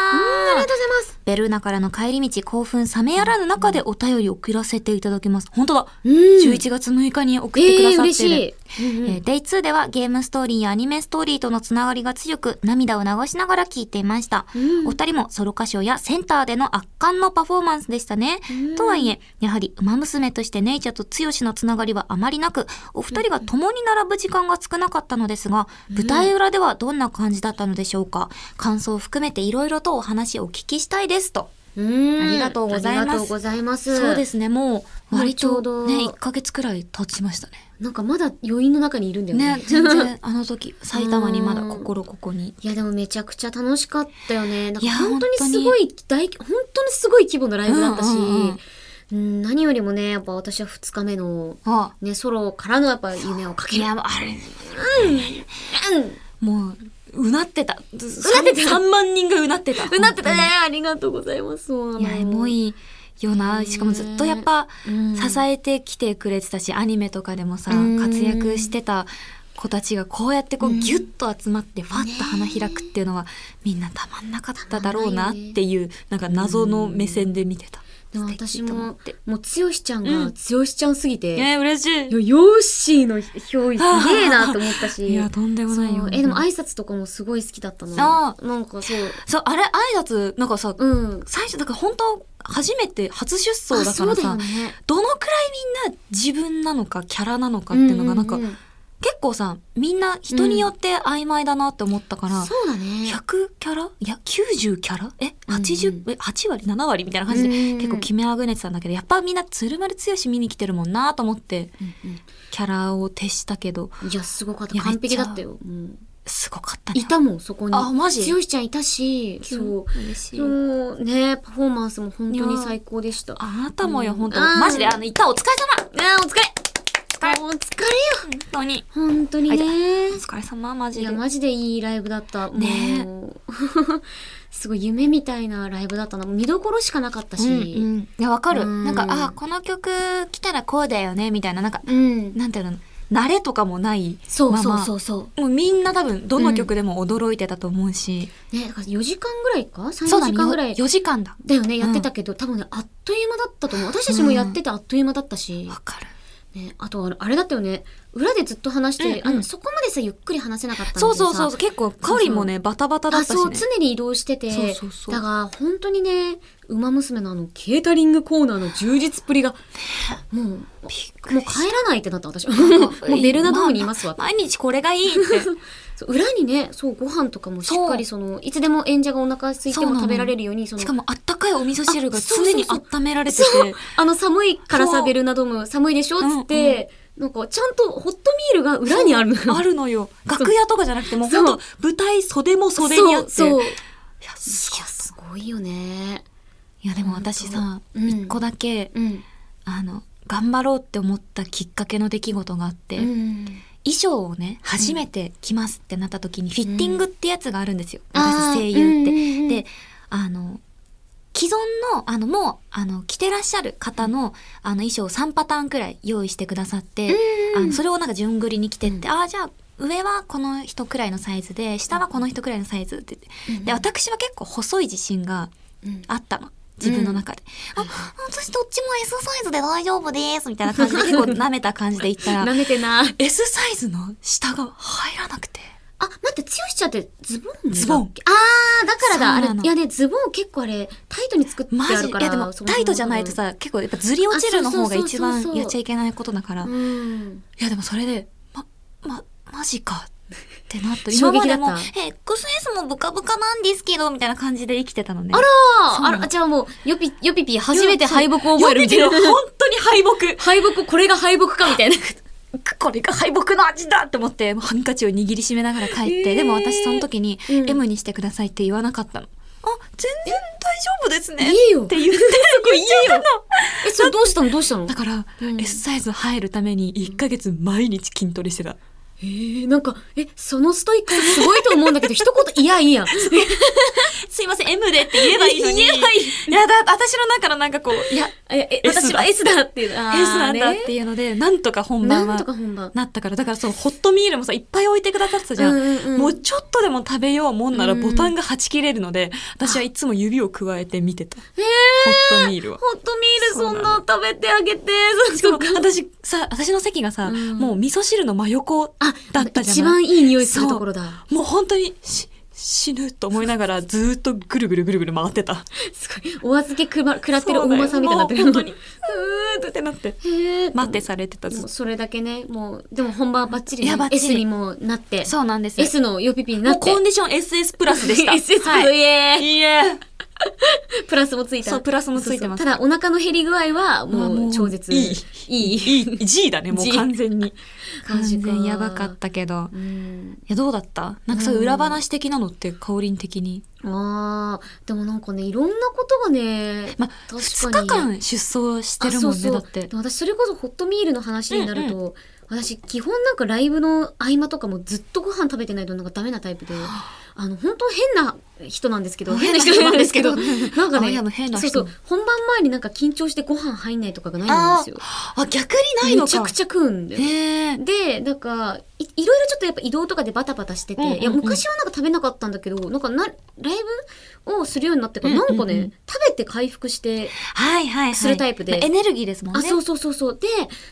S2: りがとうございます。
S3: ベルーナからの帰り道、興奮冷めやらぬ中でお便り送らせていただきます。本当だ。
S2: うん
S3: 11月6日に送っ
S2: え
S3: てくだ
S2: ー
S3: さってる。
S2: 嬉しい。うんうん
S3: えーデイ2ではゲームストーリーやアニメストーリーとのつながりが強く涙を流しながら聞いていました、
S2: うん
S3: お二人もソロ歌唱やセンターでの圧巻のパフォーマンスでしたね、
S2: うん
S3: とはいえやはり馬娘としてネイチャと剛のつながりはあまりなくお二人が共に並ぶ時間が少なかったのですが、舞台裏ではどんな感じだったのでしょうか感想を含めていろいろとお話をお聞きしたいですと、
S2: うん
S3: ありがとうございます
S2: ありがとうございます。。
S3: そうですすねもう割
S2: もう
S3: と
S2: ちょうど
S3: ね1ヶ月くらい経ちましたね
S2: なんかまだ余韻の中にいるんだよね。
S3: ね全然 あの時埼玉にまだ心ここに
S2: いやでもめちゃくちゃ楽しかったよね。なん
S3: い
S2: か
S3: や
S2: 本当に
S3: 本当に
S2: すごい大、本当にすごい規模のライブだったし、
S3: う
S2: うんん
S3: うんうん
S2: 何よりもね、やっぱ私は2日目の、
S3: あ
S2: ね、ソロからのやっぱ夢をかけ
S3: い
S2: る。
S3: やあれ
S2: うん
S3: もううなってたう
S2: なってた
S3: 3万人がうなってた
S2: うなってたね。ありがとうございます。そうないの
S3: やエモいよなしかもずっとやっぱ
S2: うん
S3: 支えてきてくれてたしアニメとかでもさ
S2: うん
S3: 活躍してた子たちがこうやってこ
S2: う
S3: うんギュッと集まってファッと花開くっていうのはみんなたまんなかっただろうなっていうなんか謎の目線で見てた
S2: でも
S3: 素敵
S2: 私
S3: と思っ
S2: も
S3: て、
S2: もう、つよしちゃん
S3: う
S2: が、
S3: ん
S2: つよしちゃんすぎて、
S3: ね嬉しい
S2: よヨッシーの表意すげえなと思ったし。
S3: いやとんでもない
S2: そ
S3: よ
S2: うえ、でも挨拶とかもすごい好きだった
S3: あ
S2: な。なんかそう、
S3: そうあれ挨拶なんかさ
S2: うん。
S3: 最初だから本当初めて初出走だから
S2: あそうだ
S3: さ、
S2: よね
S3: どのくらいみんな自分なのかキャラなのかっていうのがなんか
S2: ううう
S3: 結構さ、みんな人によって曖昧だなって思ったから、
S2: そうだね。
S3: 100キャラいや、90キャラえ
S2: うんうん
S3: ?80、え8割 ?7 割みたいな感じで
S2: うんうん
S3: 結構決めあぐねてたんだけど、やっぱみんな鶴丸剛見に来てるもんなと思って、
S2: うん
S3: キャラを徹したけど、
S2: うんいや、すごかった。
S3: いや
S2: 完璧だったよ。うん
S3: すごかったね。
S2: いたもん、そこに。
S3: あマジ
S2: 強しちゃんいたし、そう。
S3: 嬉しい。
S2: そうね、パフォーマンスも本当に最高でした。あ、
S3: あなたもよ、
S2: うん
S3: 本当
S2: うん
S3: マジで、あの、いたお疲れ様
S2: お疲れお疲れよ
S3: 本当に。
S2: 本当に
S3: あ
S2: ね
S3: お。疲れ様、マジ
S2: い
S3: で。
S2: や、マジでいいライブだった。
S3: ね
S2: もう すごい夢みたいなライブだったな。見どころしかなかったし。
S3: うんうん、いや、わかる。
S2: うん
S3: なんか、あ、この曲来たらこうだよね、みたいな、なんか、
S2: うん
S3: なんていうの、慣れとかもない。
S2: そう
S3: まあ
S2: そ
S3: ま
S2: う
S3: あ
S2: そうそう。
S3: もうみんな多分、どの曲でも驚いてたと思うし。
S2: ね、だから4時間ぐらいか ?3
S3: そうだ
S2: 時
S3: ね、
S2: 間ぐらい。
S3: 4時間だ。
S2: だよね、やってたけど、多分ね、あっという間だったと思う。私たちもやっててあっという間だったし
S3: わ。かる。
S2: ね、あとあれ、あれだったよね。裏でずっと話して、
S3: うんうん
S2: あのそこまでさ、ゆっくり話せなかったんだけ
S3: そ
S2: ど
S3: う
S2: さ
S3: そうそう、結構、かおりもね、バタバタだっ
S2: あ、
S3: た
S2: そ
S3: し
S2: う、
S3: ね。
S2: 常に移動してて。
S3: そうそうそう
S2: だが、本当にね、馬娘のあの、ケータリングコーナーの充実っぷりが、もう、もう
S3: びっく
S2: 帰
S3: りし
S2: らないってなった 私。も うベルナドームにいますわ。
S3: あ毎日これがいいって。
S2: そう裏にね、そう、ご飯とかもしっかりその、いつでも演者がお腹空いて
S3: そうな
S2: も
S3: の
S2: 食べられるように、その、
S3: しかも、あったかいお味噌汁が
S2: あそうそう
S3: 常
S2: そう
S3: に温められて
S2: そう
S3: て。
S2: あの寒いからさ、
S3: そう
S2: ベルナドーム寒いでしょっつって、なんかちゃんとホットミールが裏にあるのよ。
S3: あるのよ。楽屋とかじゃなくて、もう
S2: そう
S3: 本当舞台袖も袖にあって。
S2: そうそう。い
S3: いや、すごい
S2: や、すごいよね。
S3: いや、でも私さ、
S2: うん
S3: 一個だけ、
S2: うん。
S3: あの、頑張ろうって思ったきっかけの出来事があって、
S2: うん。
S3: 衣装をね、初めて着ますってなった時に、フィッティングってやつがあるんですよ。
S2: うん
S3: 私
S2: あー
S3: 声優って。
S2: うんうんうん
S3: で、あの、既存の、あの、もう、あの、着てらっしゃる方の、あの、衣装を3パターンくらい用意してくださって、
S2: うん
S3: あのそれをなんか順繰りに着てって、ああ、じゃあ、上はこの人くらいのサイズで、下はこの人くらいのサイズって言って。で、私は結構細い自信が
S2: うん
S3: あったの。自分の中で。あ、私どっちも S サイズで大丈夫です、みたいな 感じで結構舐めた感じで言ったら、
S2: 舐めてな。あ、待
S3: S サイズの下が入らなくて。
S2: って、つよしちゃんってズボン
S3: ズボ
S2: だ
S3: ン
S2: っけあー、だからだ。あ
S3: そう
S2: れ
S3: な、の
S2: いやね、ズボン結構あれ、タイトに作って
S3: マ
S2: あ
S3: ジ
S2: る
S3: い
S2: から。
S3: やでも
S2: そもそも
S3: タイトじゃないと。さ、結構やっぱずり落ちるの方が
S2: あそ
S3: 一
S2: うそうそうそ
S3: 番
S2: う
S3: やっちゃいけないことだから。
S2: う
S3: い
S2: ん。
S3: やでもそれで、ま、ま、マジかってな って、
S2: 衝
S3: 今ま
S2: 撃だった
S3: でも、え、XS もブカブカなんですけど、みたいな感じで生きてたのね。あ
S2: あ
S3: そう
S2: ー、あ
S3: なの
S2: ら、あじゃあもう、よぴ、よぴぴ、初めて敗北を覚えるみたいな。
S3: 本当に敗北。
S2: 敗北、これが敗北かみ たいな。
S3: これが敗北の味だって思って、もうハンカチを握りしめながら帰って、
S2: えー
S3: でも私その時に、
S2: うん
S3: M にしてくださいって言わなかったの。あ、全然大丈夫ですね。
S2: いいよ
S3: って言って、そこ言っちゃったの。
S2: え、それどうしたのどうしたの
S3: だから、
S2: うん
S3: S サイズ入るために1ヶ月毎日筋トレしてた。
S2: えー、なんか、え、そのストイックさすごいと思うんだ けど、一言、いやいや。
S3: すいません、M でって言えばいいのに。
S2: 言えばいい
S3: やだ、私の中のなんかこう、いや、
S2: え、え
S3: S
S2: 私
S3: だ
S2: は S だっていう。S
S3: S なんだっていうので、なんとか本番
S2: なん
S3: は
S2: とか本番。
S3: なったから、だからそのホットミールもさ、いっぱい置いてくださってたじゃ
S2: うん
S3: ん。
S2: うんうん
S3: もうちょっとでも食べようもんなら
S2: うん
S3: ボタンがはち切れるので、私はいつも指をくわえて見てた。
S2: え
S3: ホットミールは。
S2: ホットミールそんな食べてあげて。
S3: しかも私さ、私の席がさ、
S2: うん
S3: もう味噌汁の真横
S2: あ、
S3: だったじゃない
S2: 一番いい匂いするところだ。
S3: もう本当にし死ぬと思いながらずーっとぐるぐるぐるぐる回ってた。
S2: すごい。お預けくば食らってるお馬さんみたいになってるの
S3: もう本当に。うーんってなって。
S2: へー
S3: 待ってされてたずっ
S2: もう
S3: と。
S2: それだけね、もう、でも本番はバッチリ、ね、
S3: いやバッチリ
S2: S にもなって、
S3: そうなんです。
S2: S のヨピピにな
S3: も
S2: っ
S3: うコ
S2: て
S3: ン、ディション SS プラス でした。
S2: SS プラス
S3: はい
S2: イエー
S3: いいえ。
S2: プラスもついた。
S3: そう、プラスもついてます。
S2: そうそうただ、お腹の減り具合は、
S3: あ
S2: も
S3: も
S2: う、
S3: う
S2: 超絶。
S3: いい
S2: いい。
S3: いい G だね、もう
S2: G
S3: 完全に。
S2: 完
S3: 完
S2: 全
S3: 全やばかったけど
S2: う。ん。
S3: いや、どうだったなんかそういう裏話的なのって、かおりん的に。
S2: あー、でもなんかね、いろんなことがね、
S3: まあ、
S2: 確
S3: 2
S2: か
S3: 日
S2: に
S3: 間出走してるもんね、だって
S2: で。も私、それこそホットミールの話になると、
S3: う
S2: 私、基本なんかライブの合間とかもずっとご飯食べてないとなんかダメなタイプで、あの、本当変な人なんですけど、変な人なんですけど、 なんか
S3: あい
S2: ね
S3: やもう変、な
S2: そう
S3: 人
S2: そう、本番前になんか緊張してご飯入んないとかがないんですよ。
S3: あ、逆にないのか。
S2: めちゃくちゃ食うんだよ。
S3: へえ。
S2: で、なんかい、いろいろちょっとやっぱ移動とかでバタバタしてて、
S3: うんうんうん
S2: いや、昔はなんか食べなかったんだけど、なんかな、ライブをするようになってから、
S3: うんうん
S2: な
S3: うんん
S2: かね、食べて回復して、
S3: はいはいはい。
S2: するタイプで
S3: まあエネルギーですもんね。
S2: あ、そうそうそうそう。で、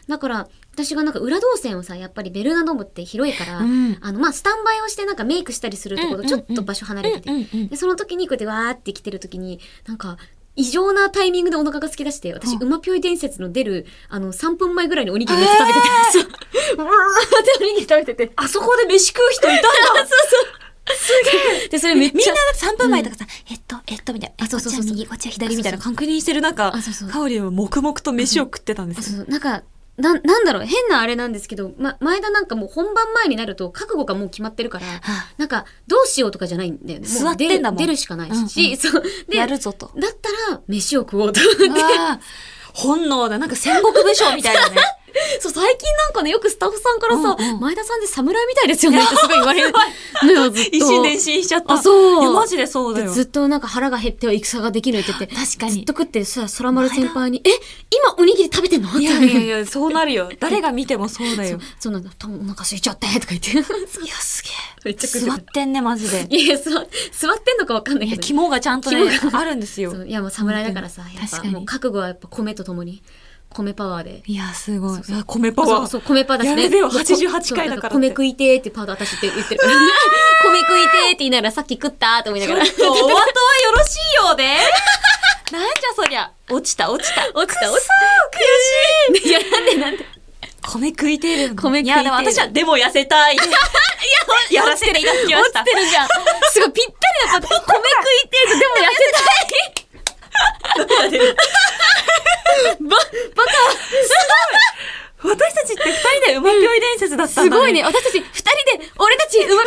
S2: だから、私がなんか裏動線をさ、やっぱりベルナドームって広いから、
S3: うん
S2: あの、まあ、スタンバイをしてなんかメイクしたりするところ
S3: うんうん
S2: と
S3: うん
S2: ちょっと場所離れてて、
S3: うんうんうん
S2: で、その時にこうやってわーって来てる時に、なんか、異常なタイミングでお腹が空き出して、私、馬ぴょい伝説の出る、あの、3分前ぐらいにおにぎりめっちゃ食べてたんですよ。うわー っておにぎり食べてて。
S3: あそこで飯食う人いたん だ
S2: で、それめっ
S3: みん
S2: ち
S3: な
S2: ゃ、
S3: 3分前とかさ、えっと、えっと、みたいな。
S2: あそうそうそう
S3: こっちは右、こっちは左みたいな確認してる中、
S2: あそうそう
S3: カオリンは黙々と飯を食ってたんで
S2: あ
S3: すよ。
S2: そうなんか、な、なんだろう、変なあれなんですけど、ま、前田なんかもう本番前になると覚悟がもう決まってるから、
S3: は
S2: なんか、どうしようとかじゃないんだよね。
S3: 座ってんだも
S2: う
S3: ん
S2: 出る出るしかないし、
S3: うんう
S2: そう。
S3: あ
S2: で、
S3: や
S2: だっ
S3: るぞと。
S2: たら、飯を食おうと思って。
S3: わあ本能だ。なんか戦国武将みたいな ね。
S2: そう、最近なんかね、よくスタッフさんからさ、
S3: うんうん
S2: 前田さんで侍みたいですよ ねってすごい言われるの よ、ずっと。
S3: 一心伝心しちゃった。
S2: あそう
S3: いや、マジでそうだ
S2: で
S3: よ。
S2: ずっとなんか腹が減っては戦ができぬって言って。
S3: 確か
S2: ずっ
S3: に
S2: と。食って、そしたら空丸先輩に、え、今おにぎり食べてんのって
S3: い
S2: 言
S3: や
S2: わ
S3: いや
S2: れ
S3: い
S2: る。
S3: や、そうなるよ。誰が見てもそう
S2: そ
S3: だよ
S2: う。そうなんだ。多分お腹空いちゃって、とか言って。
S3: いや、すげ
S2: めっ
S3: え。
S2: ちゃ食って
S3: 座
S2: た
S3: ってんね、マジで。
S2: いや、座、座ってんのかわかんない
S3: い
S2: け
S3: や、
S2: ど。
S3: 肝がちゃんとね、あるんですよ
S2: そ。ういや、もう侍だからさ、やっ
S3: 確
S2: ぱ
S3: かに
S2: もう覚悟はやっぱ米とともに、米パワーで。
S3: いや、すごい。
S2: そうそう
S3: いや米パ
S2: あそ
S3: ワ
S2: う、そう、
S3: ー。
S2: 米パだしね。
S3: やめてよ
S2: そう
S3: 88回だからって
S2: そうから米食いてーってパート私って言ってる から。米食いてーって言いながらさっき食ったーって思いな
S3: ち
S2: が
S3: ょっ
S2: ら。
S3: と、お後はよろしいようで。 なんじゃそりゃ。落ちた、落ちた。
S2: 落ちた、落ち
S3: 悔しい。
S2: た。いや、なんで なんで。
S3: 米食いてる。
S2: 米食いてる
S3: いや、でも私は、でも痩せたい。いや、やらせていただきま
S2: 落
S3: した
S2: ち。てるじゃん。すごいぴったりだった。米食いてーってでも痩
S3: 私たちって二人で馬ぴょい伝説だった
S2: せたい。す
S3: んだ、
S2: ご いね。。私たち二人で、俺たち馬ぴょい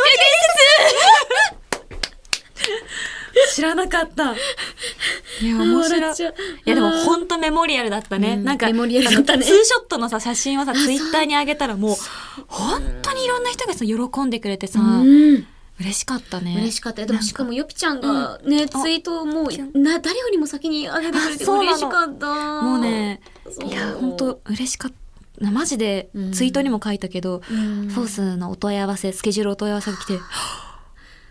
S2: 伝
S3: 知らなかった。いや、
S2: 説
S3: 面白い。
S2: い
S3: いやでもほんとメモリアルだった
S2: う
S3: ね。
S2: ん
S3: なんか、
S2: メモリアルだったね
S3: あのツーショットのさ、写真はさ、ツイッターに上げたらもう、本当にいろんな人がさ、喜んでくれてさ、
S2: うん。
S3: 嬉しかったね。
S2: 嬉しかったよ。でもしかも、ヨピちゃんがね、ツイートをも
S3: キュ
S2: う、な、誰よりも先に上げてくれて
S3: あそうなの
S2: 嬉しかった。
S3: もうね、
S2: そう、
S3: いや、ほんと嬉しかった。マジで
S2: う、ん
S3: ツイートにも書いたけど、
S2: うん、
S3: フォースのお問い合わせ、スケジュールお問い合わせが来て、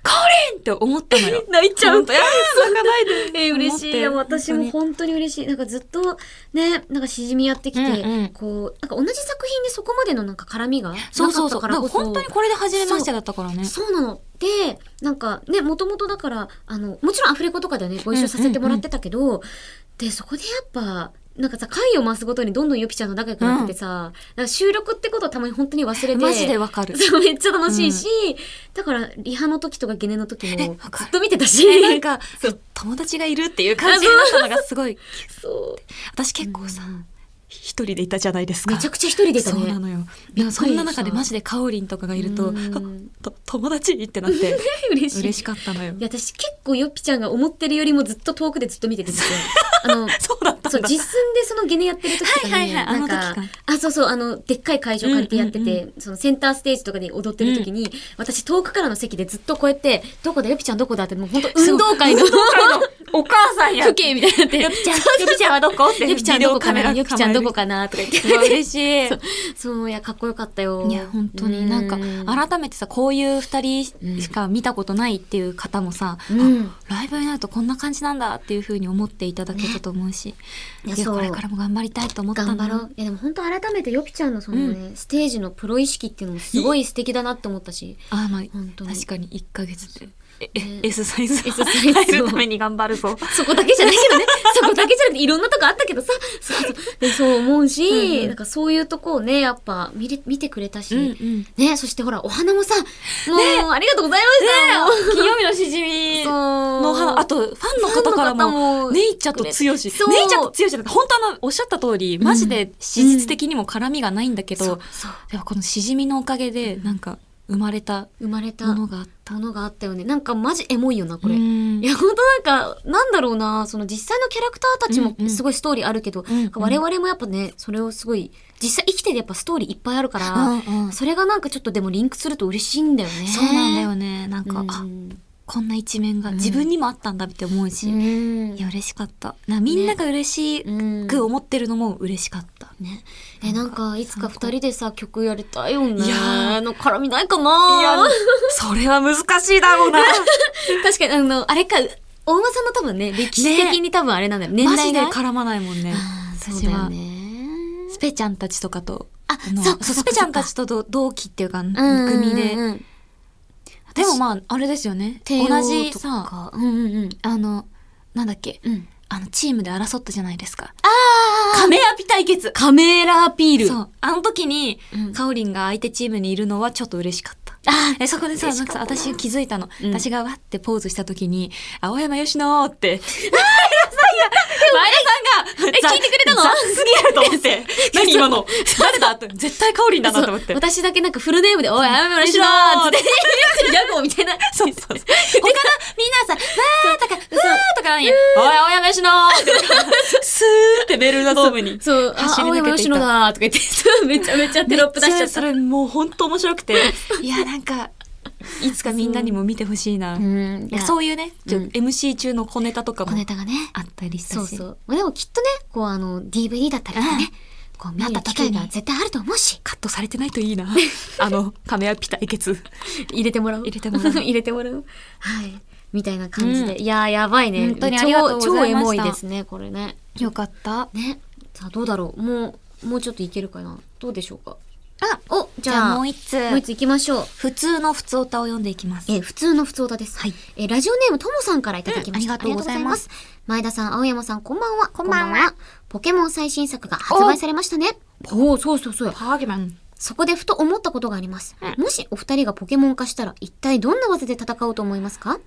S3: カオリンって思ったのよ。
S2: 泣いちゃう
S3: ほんとやー泣かないで。
S2: えー嬉しいよ
S3: 思って
S2: 私も本当に嬉しいなんかずっとねなんかしじみやってきて、
S3: うんうん
S2: こうなんか同じ作品でそこまでのなんか絡みがなか
S3: そうそ
S2: っ
S3: うそ
S2: た
S3: う。
S2: か
S3: だからら
S2: こそ
S3: 本当にこれで初めましてだったからね。
S2: そうなのでなんかねもともとだからあのもちろんアフレコとかでねご一緒させてもらってたけど、でそこでやっぱなんかさ回を増すごとにどんどんよぴちゃんと仲良くなっててさ、なんか収録ってことをたまに本当に忘れて
S3: マジでわかる。
S2: そうめっちゃ楽しいし、だからリハの時とかゲネの時
S3: え
S2: も
S3: わか
S2: ず
S3: る
S2: っと見てたし
S3: えなんか
S2: そう
S3: 友達がいるっていう感じになったのがす ごい
S2: そう
S3: 私結構さ
S2: うん
S3: 一人でいたじゃないですか
S2: めちゃくちゃ一人でいたね
S3: そうなのよ
S2: びっくりした
S3: そんな中でマジでかおりんとかがいると
S2: うん
S3: あと友達ってなって
S2: 嬉しい。
S3: 嬉しかったのよ
S2: いや、私結構ヨッピちゃんが思ってるよりもずっと遠くでずっと見ててですよ。あの、
S3: そうだっ た
S2: そ
S3: ん
S2: う、
S3: だ
S2: 実寸でそのゲネやってる時とかに、
S3: はいはいはい
S2: なん
S3: あの
S2: か
S3: 時
S2: あ、そうそう、あの、でっかい会場借りてやってて、
S3: うんう
S2: そのセンターステージとかで踊ってる時に、私遠くからの席でずっとこうやって、どこだ、ヨッピちゃんどこだって、もう本当運動会の、
S3: お母さんや
S2: 風景みたいにな って、ヨ
S3: よぴちゃんよぴちゃんはどこって
S2: ッピちゃんどこかな、
S3: ビデ
S2: ヨッ
S3: オカ
S2: ピ
S3: メラ
S2: ちゃんどこ
S3: 構
S2: かな、とか言 って。
S3: えてうわ嬉しい
S2: そう、いや、かっこよかったよ。
S3: いや本当になんか改めてさこういう二人しか見たことないっていう方もさ、
S2: うん
S3: あライブになるとこんな感じなんだっていうふうに思っていただけたと思うし、
S2: ね
S3: いや
S2: そう
S3: これからも頑張りたいと思った
S2: 頑
S3: ん
S2: 張
S3: だ
S2: ろう。いやでも本当改めてヨピちゃんのそのね、ステージのプロ意識っていうのもすごい素敵だなって思ったし、
S3: あーまあ
S2: 本当に
S3: 確かに1ヶ月でえ
S2: ね
S3: え S サイズ
S2: S サイズを
S3: 入るために頑張る ぞ
S2: そこだけじゃないけどね、そこだけじゃなくていろんなとこあったけどさ、そうそうでそう思うし、
S3: うんうん
S2: なんかそういうとこをね、やっぱ見れ見てくれたし、
S3: うんうんね
S2: ね、そしてほら、お花もさ、もう、ありがとうございました。
S3: 金曜日のしじみ
S2: そう
S3: の花あとファンの方から
S2: ファンの方
S3: も
S2: も
S3: ねいちゃんと剛ねいち
S2: そう
S3: ゃんと剛だから本当あのおっしゃった通りマジで史実的にも絡みがないんだけど、
S2: そう、そう、
S3: でもこのしじみのおかげでなんか生まれた
S2: 生まれた
S3: も
S2: も
S3: のがあった
S2: のがあったよね。なんかマジエモいよな、こ
S3: これ
S2: れ。いや、本当なんか、なんだろうな、その実際のキャラクターたちも
S3: うんうん
S2: すごいストーリーあるけど、
S3: んうん
S2: なんか我々もやっぱね、それをすごい、実際生きててやっぱストーリーいっぱいあるから、
S3: うんうん
S2: それがなんかちょっとでもリンクすると嬉しいんだよね。
S3: そうなんだよねなんか、
S2: うん。
S3: あこんな一面が自分にもあったんだって思うし、
S2: うん
S3: いや嬉しかったなみんなが嬉し
S2: うん
S3: く思ってるのも嬉しかった、
S2: ね、え、なんか、いつか二人でさ、曲やりたいよね。
S3: いやー
S2: あの、絡みないかな
S3: それは難しいだろう な
S2: 確かに、あの、あれか、大間さんの多分ね、歴史的に多分あれなんだよ。年
S3: マジ
S2: 代
S3: で
S2: が。
S3: 絡まないもんね
S2: あーそう
S3: 私
S2: だよ
S3: は、
S2: ね。
S3: スペちゃんたちとかと
S2: あ
S3: の
S2: そっか
S3: う
S2: そ
S3: ス
S2: っか
S3: ペちゃんたちと同同期っていうか組で、
S2: うんうんうん
S3: でもまああれですよね
S2: 帝王
S3: 同じ
S2: と
S3: さ
S2: か、うんうんうん。
S3: あのなんだっけ
S2: うん。
S3: あの、チームで争ったじゃないですか。ああ亀アピ対決
S2: カメラアピール。
S3: そう。あの時に
S2: うん、
S3: カオリンが相手チームにいるのはちょっと嬉しかった。
S2: あ
S3: え、そこでさ、
S2: 嬉
S3: な
S2: し
S3: んか
S2: か
S3: さ、
S2: ったな
S3: 私気づいたの。
S2: うん
S3: 私がわってポーズした時に、青山よしのー って、前田さん
S2: 聞
S3: が、
S2: いてくれたの
S3: ざすぎると思 って。何今の誰だって。絶対カオリンだなと思って
S2: そう。私だけなんかフルネームで、おい、やめろしろーっつって言ってるギャグをみたいな。
S3: そうそうそう。他のみんなはさ、わーとか、うわーとかなんや。おい、青山よしのーって。スーってベルーナドームに。
S2: そう、あ
S3: 走り抜けて
S2: 青山よ
S3: いった
S2: しのだーとか言って、そうめちゃめちゃテロップ出しち
S3: め
S2: ゃ
S3: っ
S2: っ
S3: そ
S2: た。
S3: れもう本当面白くて。 いや、なんか、いつかみんなにも見てほしいな。
S2: ん
S3: なんか
S2: そう
S3: そういうね、ちょ
S2: うん
S3: MC 中の小ネタとか
S2: 小
S3: も
S2: ネタがね。
S3: あったりしたし。
S2: そうそう。まあでもきっとね、こうあの、DVD だったりとかね、こう見
S3: なっ
S2: る
S3: た
S2: 機
S3: 時に
S2: 会が絶対あると思うし。
S3: カットされてないとい いな。あの、亀アピ対決。
S2: 入れてもらう。
S3: 入れてもらう
S2: 入れてもらう。はい。みたいな感じで。いやー、やばいね。
S3: 本当にありがとうございま
S2: 超超エ
S3: した
S2: モいですね、これね。
S3: よかった。
S2: ね。さあ、どうだろう。もう、もうちょっといけるかな。どうでしょうか。
S3: あ、
S2: お、じ
S3: じゃ
S2: ゃ
S3: あ
S2: あ、
S3: も
S2: もう
S3: う
S2: 一
S3: 一つ。
S2: つ行きましょう。
S3: 普通の普通歌を読んでいきます。
S2: えー、普通の普通歌です。
S3: はい
S2: えー、ラジオネームともさんからいただきました。
S3: うんありがとうござ
S2: あり
S3: います
S2: がとうございます。前田さん、青山さん、こんばんは。こ
S3: んばんは
S2: ポケモン最新作が発売されましたね。おお、そうそうそう。
S3: ハーゲマン。
S2: そこでふと思ったことがあります。もしお二人がポケモン化したら、一体どんな技で戦おうと思いますか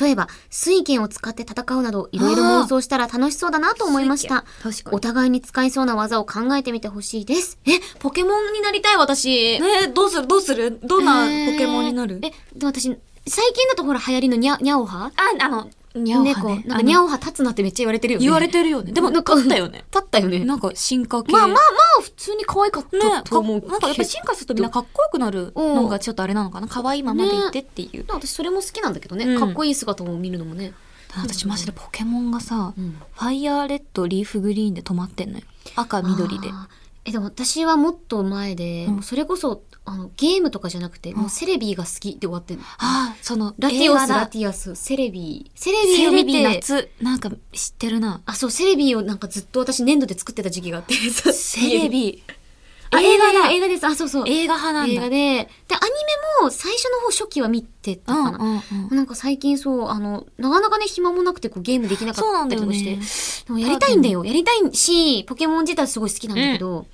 S2: 例えば、水剣を使って戦うなど、いろいろ妄想したら楽しそうだなと思いました。
S3: 確か
S2: お
S3: に。
S2: 互いに使えそうな技を考えてみてほしいです。え、ポケモンになりたい私。
S3: ねどうするどうするどんなポケモンになる
S2: えー、えで私、最近だとほら流行りのニャニャオハ
S3: あ、あの、ニ
S2: 猫。なんかニャ
S3: オ。
S2: オハ立つなってめっちゃ言われてるよね。
S3: 言われてるよね。でも、
S2: な
S3: なんん
S2: か
S3: かあったよね。
S2: 立ったよね。
S3: なんか進化系。
S2: まあまあまあ、普通に可愛かった
S3: ね
S2: と
S3: か
S2: 思う。
S3: なんかやっぱ進化するとみんなかっこよくなる
S2: うん
S3: のがちょっとあれなのかな。可愛いままでいてっていう。
S2: 私それも好きなんだけどね、
S3: うん
S2: かっこいい姿を見るのもね。
S3: 私マジでポケモンがさ、
S2: うん
S3: ファイヤーレッド、リーフグリーンで止まってんのよ。赤、緑で。
S2: あー。え、でも私はもっと前で、
S3: うん
S2: もうそれこそ、あの、ゲームとかじゃなくて、もううんセレビーが好きで終わってんの。
S3: ああ、その、
S2: ラティオ
S3: 映
S2: ス、
S3: 画だ
S2: ラティアス、セレビー。セレビー
S3: セ
S2: を見
S3: レビ
S2: て、
S3: 夏、なんか知ってるな。
S2: あ、そう、セレビーをなんかずっと私粘土で作ってた時期があって。
S3: セ レビ。
S2: あ、
S3: あ
S2: 映
S3: 映
S2: 画
S3: 画
S2: だ
S3: だ
S2: 映画です。あ、そうそう。
S3: 映画派なんだ。
S2: 映画で、で、アニメも最初の方初期は見てた
S3: う
S2: か
S3: んう
S2: な。
S3: んうん。
S2: なんか最近そう、あの、なかなかね、暇もなくてこうゲームできなか
S3: そうな
S2: っ
S3: ん
S2: た
S3: だ
S2: り
S3: よ
S2: とかして。
S3: ね。
S2: でもやりたいんだよ。やりたいし、ポケモン自体すごい好きなんだけど、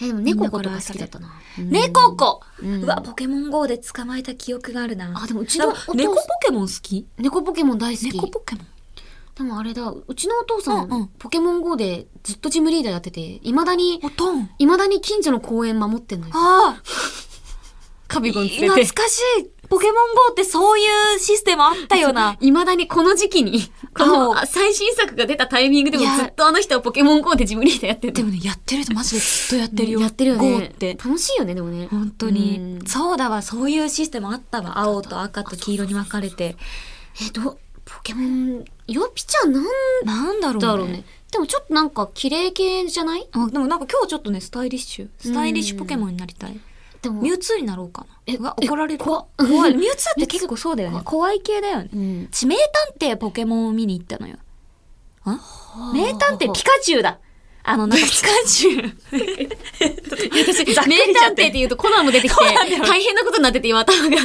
S2: えでも猫子とか好きだったな。うん
S3: 猫子
S2: うん
S3: うわ、ポケモン GO で捕まえた記憶があるな。
S2: あ、でもうちのお父さん
S3: 猫ポケモン好き
S2: 猫ポケモン大好き。
S3: 猫ポケモン
S2: でもあれだ、うちのお父さん、
S3: うんうん
S2: ポケモン GO でずっとジムリーダーやってて、未だに、
S3: おとん。
S2: 未だに近所の公園守ってんのよ。
S3: ああ、
S2: カビゴン
S3: 懐かしい。ポケモン GO ってそういうシステムあったよ な。
S2: いまだにこの時期に、この
S3: あ
S2: あ最新作が出たタイミングでも
S3: いや
S2: ずっとあの人はポケモン GO でジムリーダーやってる。
S3: でもね、やってる人マジでずっとやってるよ。
S2: やってるよね。
S3: GO って。
S2: 楽しいよね、でもね。
S3: 本当
S2: う
S3: に
S2: ん。
S3: そうだわ、そういうシステムあったわ。青と赤と黄色に分かれて。
S2: え、ど、ポケモン、ヨピちゃんなん
S3: なんだろうね。
S2: だろうね。でもちょっとなんか綺麗系じゃない
S3: あ、でもなんか今日ちょっとね、スタイリッシュ。スタイリッシュポケモンになりたい。
S2: でも
S3: ミュウツーになろうかな。
S2: え
S3: うわ、怒られる。
S2: え怖っ
S3: 怖い。ミュウツーって結構そうだよね。怖い系だよね。
S2: うん。
S3: 地名探偵ポケモンを見に行ったのよ。あ名探偵ピカチュウだあの、なんかピカチュウ。
S2: 私、名
S3: ざっくりしちゃ
S2: 探
S3: っ
S2: 偵ってて言うとコナンも出てきて、
S3: そうなんだよ
S2: 大変なことになってて今頭が。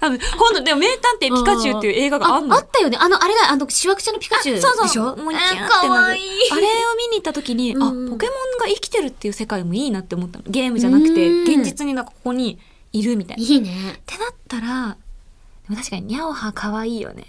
S3: あの、ほんと、でも名探偵ピカチュウっていう映画があんの。
S2: あったよね。あの、あれだ、あの、しわくちゃのピカチュウでしょ
S3: そうそう。
S2: もう
S3: ニャーってなる
S2: かわいい。
S3: あれを見に行った時に、あ、
S2: うん
S3: ポケモンが生きてるっていう世界もいいなって思ったの。ゲームじゃなくて、
S2: うん
S3: 現実になんかここにいるみたいな。っ
S2: いいね。
S3: てなったら、でも確かにニャオハ可愛いよね。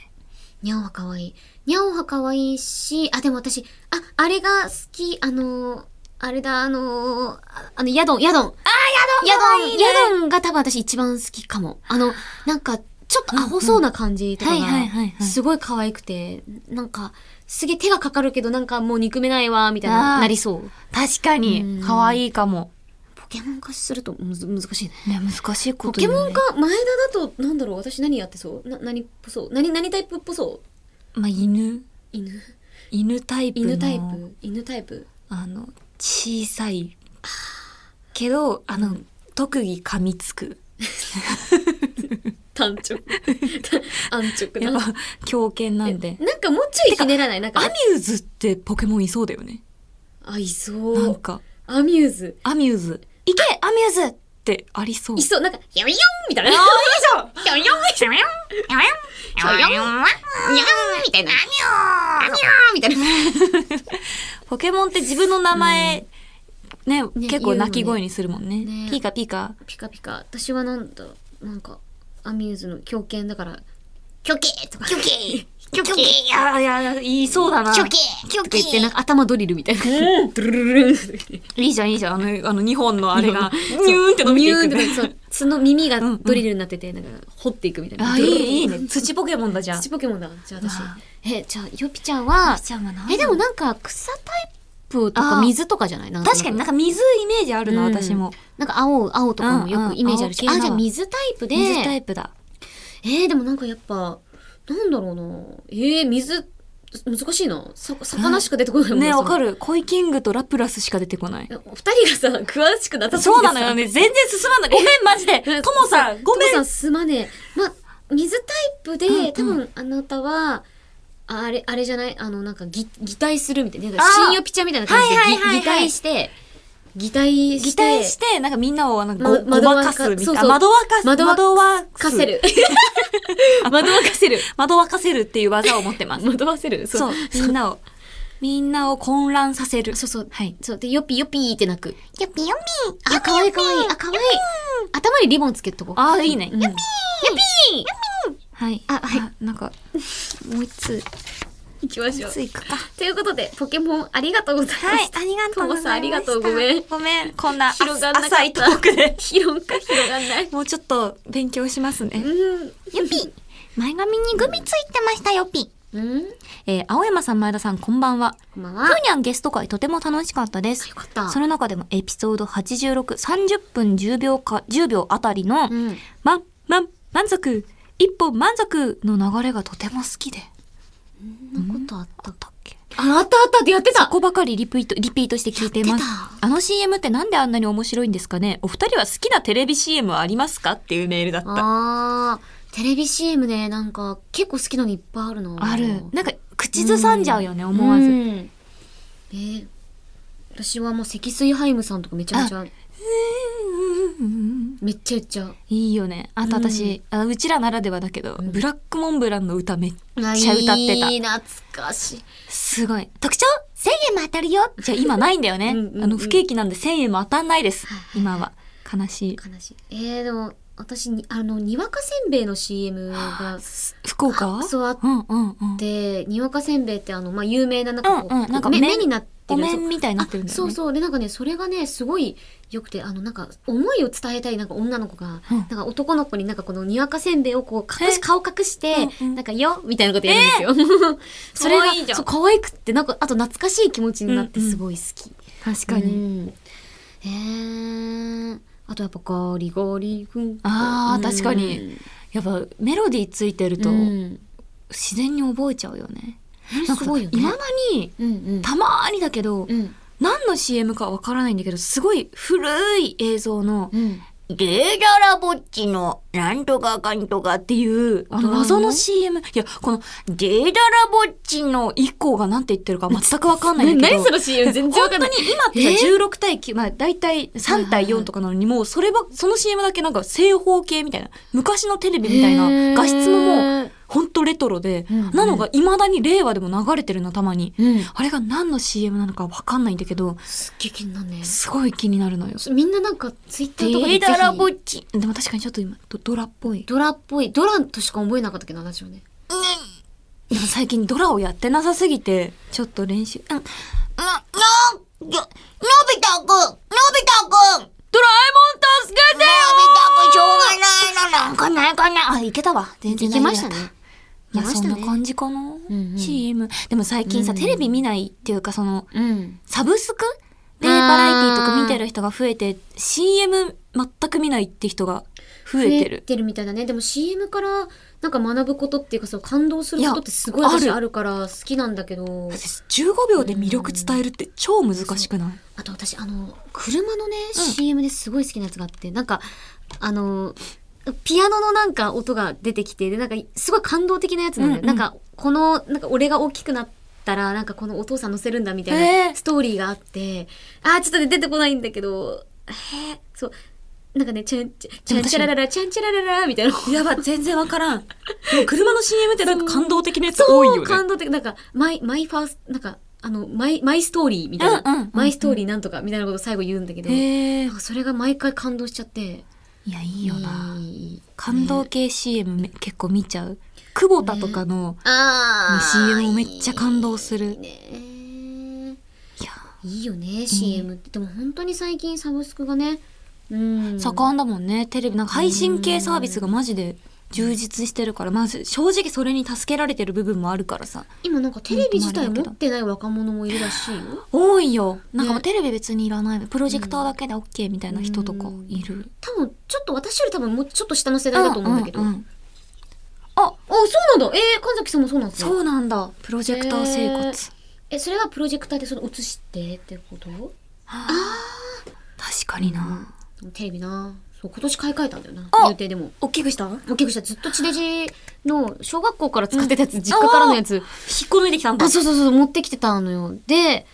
S2: ニャオハ可愛い。ニャオハ可愛いし、あ、でも私、あ、あれが好き、あのー、あれだ、あのー、ああの、ヤドン、ヤドン。あー、ヤドンヤドン、ヤドンが多分私一番好きかも。あの、なんか、ちょっとアホそうな感じとか
S3: うんうんはいはいはいは
S2: が、
S3: い
S2: すごい可愛くて、なんか、すげえ手がかかるけど、なんかもう憎めないわ、みたいな
S3: あ、ー
S2: なりそう。
S3: 確か
S2: うん
S3: に、可愛いかも。
S2: ポケモン化するとむず難しいね。
S3: ね、難しいこ
S2: ポ
S3: と
S2: ケ
S3: 言う
S2: モ
S3: ね
S2: ン化、前田だと、なんだろう、私何やってそうな、何っぽそう何、何タイプっぽそう
S3: まあ、犬。
S2: 犬
S3: 犬タイプの。
S2: 犬タイプ犬タイプ
S3: あの、小さい。けど、あの、特技噛みつく。
S2: 単直。安直
S3: やっ
S2: な。
S3: ぱ、狂犬なんで。
S2: なんかもうちょいひねらないなんか
S3: ア、ミューズってポケモンいそうだよね。
S2: あ、いそ
S3: なん
S2: う。
S3: か、
S2: アミューズ。
S3: アミューズ。いけアミューズってありそう。
S2: いそう。なんか、ヒョヨンみたいな。
S3: ああ、いいじゃん
S2: ヒョヨン
S3: シャミャンシャミャン
S2: ちょよん、にゃん、みたいな。にゃーみたいな。
S3: ポケモンって自分の名前、ね、
S2: 言
S3: 結構
S2: うよね
S3: 鳴き声にするもんね。
S2: ね
S3: ピーカピーカ。
S2: ピカピカ。私はなんだ、なんか、アミューズの狂犬だから、狂犬とか。狂犬狂犬
S3: いやいや、言いそうだな。
S1: キョキキョ
S2: とか言って、
S1: キ
S2: なんか頭ドリルみたいな。ドゥルルルルンとか言って
S3: いいじゃん、いいじゃん。あの、あの、2本のあれが、
S2: そう
S3: ニューンって伸びていく、
S2: ニューンってそう、角、耳が
S3: うんうん
S2: ドリルになってて、なんか、掘っていくみたいな。
S3: あ、いい、いいね。土ポケモンだじゃん。
S2: 土ポケモンだ。じゃあ私
S3: あ。
S2: え、じゃあ、ヨピちゃんは、
S3: ちゃんはな
S2: え、
S3: え、
S2: で
S3: で
S2: も
S3: もな、
S2: なんか、草タイプと
S3: あ
S2: か
S3: ー
S2: 水とかじゃないなん
S3: 確かになん
S2: か
S3: か水イメージあるな、
S2: うん
S3: 私も。
S2: なんか青、青とかも
S3: うん
S2: よ
S3: う
S2: く
S3: ん
S2: イメージあるし。
S3: 青系
S2: あ、
S3: な
S2: じゃあ水タイプで。
S3: 水タイプだ。
S2: えー、でもなんかやっぱ、なんだろうな。えー、水、難しいな。さ、魚しか出てこないもん
S3: ね、わか
S2: る。
S3: る。コイキングとラプラスしか出てこない。
S2: その二人がさ、詳しくなさすぎ
S3: そ
S2: て
S3: う
S2: さ
S3: なのよ。ね。全然進まない。ごめん、マジで。
S2: うん
S3: ともさん、ごめ
S2: 父さ
S3: ん。
S2: んすまねえ。ま、水タイプで、
S3: うんうん
S2: 多分あなたは、ああれ、あれじゃないあの、なんか、ぎ、擬態するみたいな。なん
S3: あ
S2: か、
S3: ー
S2: 新予ピチャみたいな感じで、
S3: はいはいはいはい
S2: ぎ擬態して、擬態して、
S3: 擬態して、なんかみんなをあのご、
S2: ま
S3: ごまかすみたいな。
S2: 窓
S3: 窓わかす。
S2: 窓わ
S3: 窓わ
S2: かせ。 る。惑わかせる。
S3: 窓わかせるっていう技を持ってます。
S2: 惑わせる
S3: そう。みんなを、みんなを混乱させる。
S2: そうそう。
S3: はい。
S2: そう。で、よぴよぴーって鳴く。
S1: ョキヨミ
S2: あ、かわいいかわいい。あ、かわいい。頭にリボンつけとこう。
S3: ああ、いいね。
S2: うん、よ
S3: はい。
S2: あはい
S3: い。なんか、もう一つ、
S2: ぴー行きましょう。
S3: ついくか。
S2: ということで、ポケモンありがとうございます。
S3: はい、ありがと
S2: と
S3: うございました。
S2: もさんありがとうごめん
S3: ごめん、こんな浅
S2: 広がんなかった
S3: 浅いトークで。
S2: 広が広がん ない。
S3: もうちょっと勉強しますね。
S2: うん。
S1: ヨピ前髪にグミついてましたヨピ
S2: うん。
S3: えー青山さん、前田さん、こんばんは。
S2: こんばん
S3: ふ
S2: は。
S3: ーにゃんゲスト会とても楽しかったです
S2: よ。かった。
S3: その中でもエピソード86、30分10秒か、10秒あたりの、
S2: うん。
S3: ま、ま、満足、一歩満足の流れがとても好きで。
S2: そんなことあっ
S3: あったっけ
S2: た。ああったあったってやって
S3: そこばかりリピート、リピートして聞いています
S2: やって。
S3: あの CM ってなんであんなに面白いんですかねお二人は好きなテレビ CM はありますかっていうメールだった。
S2: あー、テレビ CM ね、なんか、結構好きなのいっぱいあるな。
S3: ある。なんか、口ずさんじゃうよね、思わ
S2: う
S3: ず。
S2: んえー私はもう積水ハイムさんとかめちゃめちゃ、めっちゃ言っちゃう。
S3: いいよね。あと私、うあうちらならではだけど、ブラックモンブランの歌めっ
S2: め
S3: ちゃ歌ってた
S2: い。い、懐かしい。
S3: すごい。特徴 ?1000 円も当たるよじゃあ今ないんだよ
S2: う
S3: ね
S2: んうんう。ん
S3: あの、不景気なんで1000円も当たんないです。今は。悲しい。
S2: 悲しい。えー、でも、私に、あの、にわかせんべいの CM が、
S3: 福岡は
S2: そうあっ
S3: うんうんうん。
S2: て、にわかせんべいってあの、まあ、有名な、なんかこう、
S3: うんうんなんか
S2: 目
S3: 麺
S2: 目になって
S3: お
S2: る。
S3: 面みたいになってるん
S2: あ
S3: だよ
S2: そう
S3: ね。
S2: そうでなんかねそれがねすごい良くてあのなんか思いを伝えたいなんか女の子が、
S3: うん
S2: なんか男の子になんかこのにわかせんべいをこう隠
S3: え
S2: し顔隠して、
S3: うんうん
S2: なんかよみたいなことやるんですよ、 それ
S3: 可
S2: が
S3: 愛いじゃん
S2: そう可愛くってなんかあと懐かしい気持ちになって
S3: うんうん
S2: すごい好き、
S3: 確かに。
S2: うんえー、あとやっぱゴリゴリ君
S3: あー確かにやっぱメロディーついてる
S2: う
S3: と
S2: ん、
S3: 自然に覚えちゃうよね。
S2: な
S3: なんん
S2: か
S3: か
S2: す
S3: さ
S2: ごい
S3: い
S2: よ
S3: ま
S2: ね
S3: だに
S2: うんうん
S3: たまーにだけど
S2: うん
S3: 何の CM かわからないんだけどすごい古い映像の
S2: うん
S3: 「ゲーギャラぼっちのなんとかかんとか」っていうあの謎の CM いやこの「ゲーギャラぼっちの一個がなんて言ってるか全くわかんないんだけ
S2: 何
S3: ど
S2: そ。の CM 全然わ
S3: 本
S2: か
S3: 当
S2: んな
S3: に
S2: い
S3: 今って
S2: え
S3: さ16対9、まあ大体3対4とかなのにもうそれば、その CM だけなんか正方形みたいな、昔のテレビみたいな画質ももう
S2: も
S3: ほんとレトロで、
S2: うんうん
S3: なのが未だに令和でも流れてるのたまに。
S2: うん、
S3: あれが何の CM なのかわかんないんだけど、
S2: すっげえ気になるね
S3: すごい気になるのよ。
S2: みんななんかツイッターとかで
S3: デ
S2: ぜ
S3: ダラぼ
S2: ひ
S3: っち。でも確かにちょっと今、ドドラっぽい。
S2: ドラっぽいドラとしか思えなかったけど私はね
S3: でも最近ドラをやってなさすぎて、ちょっと練習。うん。ド
S1: な、
S3: ラ
S1: な、のび太くんのび太くんのび太くん
S3: えもん助けて
S1: しょうがないのなんかないかな
S3: あ、いけたわ。全然
S2: いけました
S3: ね。
S2: ね
S3: いや、
S2: いけまし
S3: そ
S2: た
S3: ん
S2: ね
S3: な感じかな。
S2: うんうん
S3: CM。でも最近さ、
S2: うん
S3: テレビ見ないっていうか、その、
S2: うん
S3: サブスクでバラエティとか見てる人が増えて、CM 全く見ないって人が増えてる。
S2: みたいだねでも CM からなんか学ぶことっていうかそう感動することってすごい
S3: いや
S2: 私
S3: ある
S2: あるから好きなんだけど
S3: 15秒で魅力伝えるって超難しくない、
S2: あと私あの車のね、
S3: うん
S2: CM ですごい好きなやつがあってなんかあのピアノのなんか音が出てきてでなんかすごい感動的なやつなんだよ、
S3: うんうん
S2: なんかこのなんか俺が大きくなったらなんかこのお父さん乗せるんだみた
S3: え
S2: いな
S3: ー
S2: ストーリーがあって、あーちょっとね出てこないんだけどへーそうなんかね、ちゃん、ちゃちゃんちゃららら、ちゃんちゃららら、みたいな。
S3: やば、全然わからん。でも車の CM ってなんか感動的なやつ
S2: そう
S3: 多いよね。
S2: 感動的。なんか、マイ、マイファースト、なんか、あの、マイ、マイストーリーみたいな、
S3: うんうんうんうん
S2: マイストーリーなんとかみたいなことを最後言うんだけど、
S3: へえ
S2: なん。かそれが毎回感動しちゃって。
S3: いや、いいよな。
S2: いい
S3: 感動系 CM め結構見ちゃう。久保田とかの、
S2: あー
S3: CM もめっちゃ感動す
S2: い
S3: る
S2: いね。
S3: いや、
S2: いいよね、CM って。でも本当に最近サブスクがね、うん。
S3: 盛んだもんね。テレビ、なんか配信系サービスがマジで充実してるから、まあ正直それに助けられてる部分もあるからさ。
S2: 今なんかテレビ自体持ってない若者もいるらしいよ。
S3: 多いよ。なんかもう
S2: ね
S3: テレビ別にいらない。プロジェクターだけで OK みたいな人とかいる。
S2: 多分、ちょっと私より多分もうちょっと下の世代だと思うんだけど。
S3: う
S2: あ、
S3: んうんあ、
S2: そうなんだえー、神崎さんもそうなんですね
S3: そうなんだ。プロジェクター生
S2: へ
S3: 活
S2: ー。え、それはプロジェクターでその映してってこと
S3: 確かにな。
S2: テレビな。そう、今年買い替えたんだよな。
S3: あ
S2: 予定でも。
S3: 大きくした引っ
S2: 大きくした。ずっと地デジの小学校から使ってたやつ、実家からのやつ。
S3: こ抜いてきたんだ
S2: あ、。そうそうそう、持ってきてたのよ。で、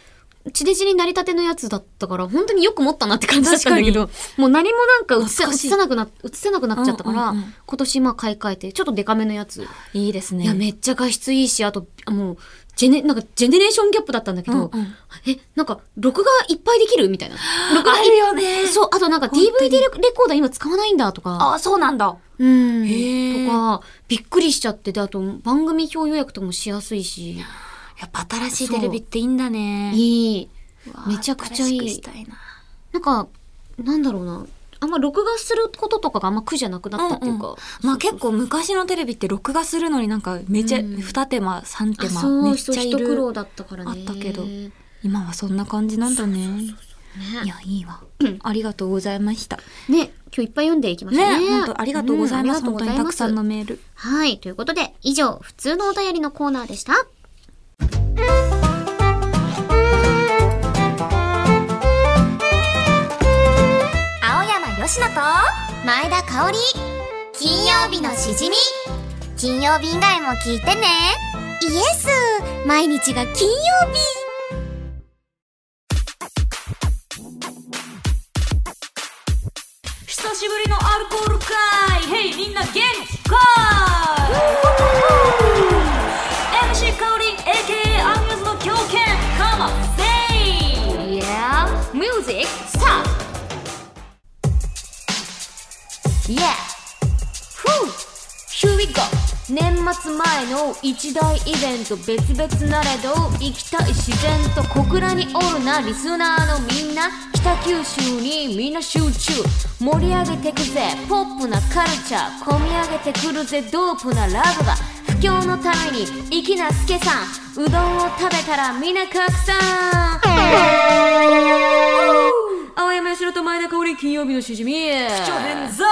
S2: 地デジになりたてのやつだったから、本当によく持ったなって感じだったんだけど、もう何もなんか映せ
S3: 懐かしい
S2: 映さなくな、映せなくなっちゃったから、
S3: うんうんうん
S2: 今年まあ買い替えて、ちょっとデカめのやつ。
S3: いいですね。
S2: いや、めっちゃ画質いいし、あと、あもう、ジェネ、なんかジェネレーションギャップだったんだけど、
S3: うんうん
S2: え、なんか、録画いっぱいできるみたいな。録画い
S3: あるよね
S2: そう、あとなんか
S3: 本当に
S2: DVD レコーダー今使わないんだとか。
S3: あ、そうなんだ。
S2: うん。
S3: へー
S2: とか、びっくりしちゃって、で、あと、番組表予約とかもしやすいし、
S3: やっぱ新しいテレビっていいんだね。
S2: いい。
S3: わあ
S2: めちゃくちゃいい
S3: 新しくしたいな。
S2: なんか、なんだろうな。あんま録画することとかがあんま苦じゃなくなったっていうか。
S3: うんうんまあ結構昔のテレビって録画するのになんかめちゃ、
S2: うん
S3: 二手間、三手
S2: あ、
S3: 間、
S2: そう、
S3: めっ
S2: 一
S3: ちゃい
S2: 一苦
S3: る。
S2: 労だったからね。
S3: あったけど今はそんな感じなんだね。い
S2: ね
S3: や、いいわ。ありがとうございました。
S2: ね、今日いっぱい読んでいきまし
S3: ね、
S2: たね。
S3: 本当ありがとうございます。
S2: うんあり
S3: 本
S2: がとうござ
S3: 当に
S2: い
S3: た
S2: ま
S3: く
S2: す
S3: さんのメール。
S2: はい。ということで、以上、普通のお便りのコーナーでした。
S1: 青山よしのと前田香織金曜日のしじみ金曜日以外も聞いてねイエス毎日が金曜日
S3: 久しぶりのアルコール会ヘイみんな元気かい !MC カオリン AKA アミューズの狂犬カマセイ
S2: Yeah, music, stop! Yeah! ふう Here we go! 年末前の一大イベント別々なれど行きたい自然と小倉におるなリスナーのみんな北九州にみんな集中盛り上げてくぜポップなカルチャー込み上げてくるぜドープなラブが不況のために粋なすけさんうどんを食べたらみんな拡散青山しろと前田香織金曜日のしじみ
S3: 市長変座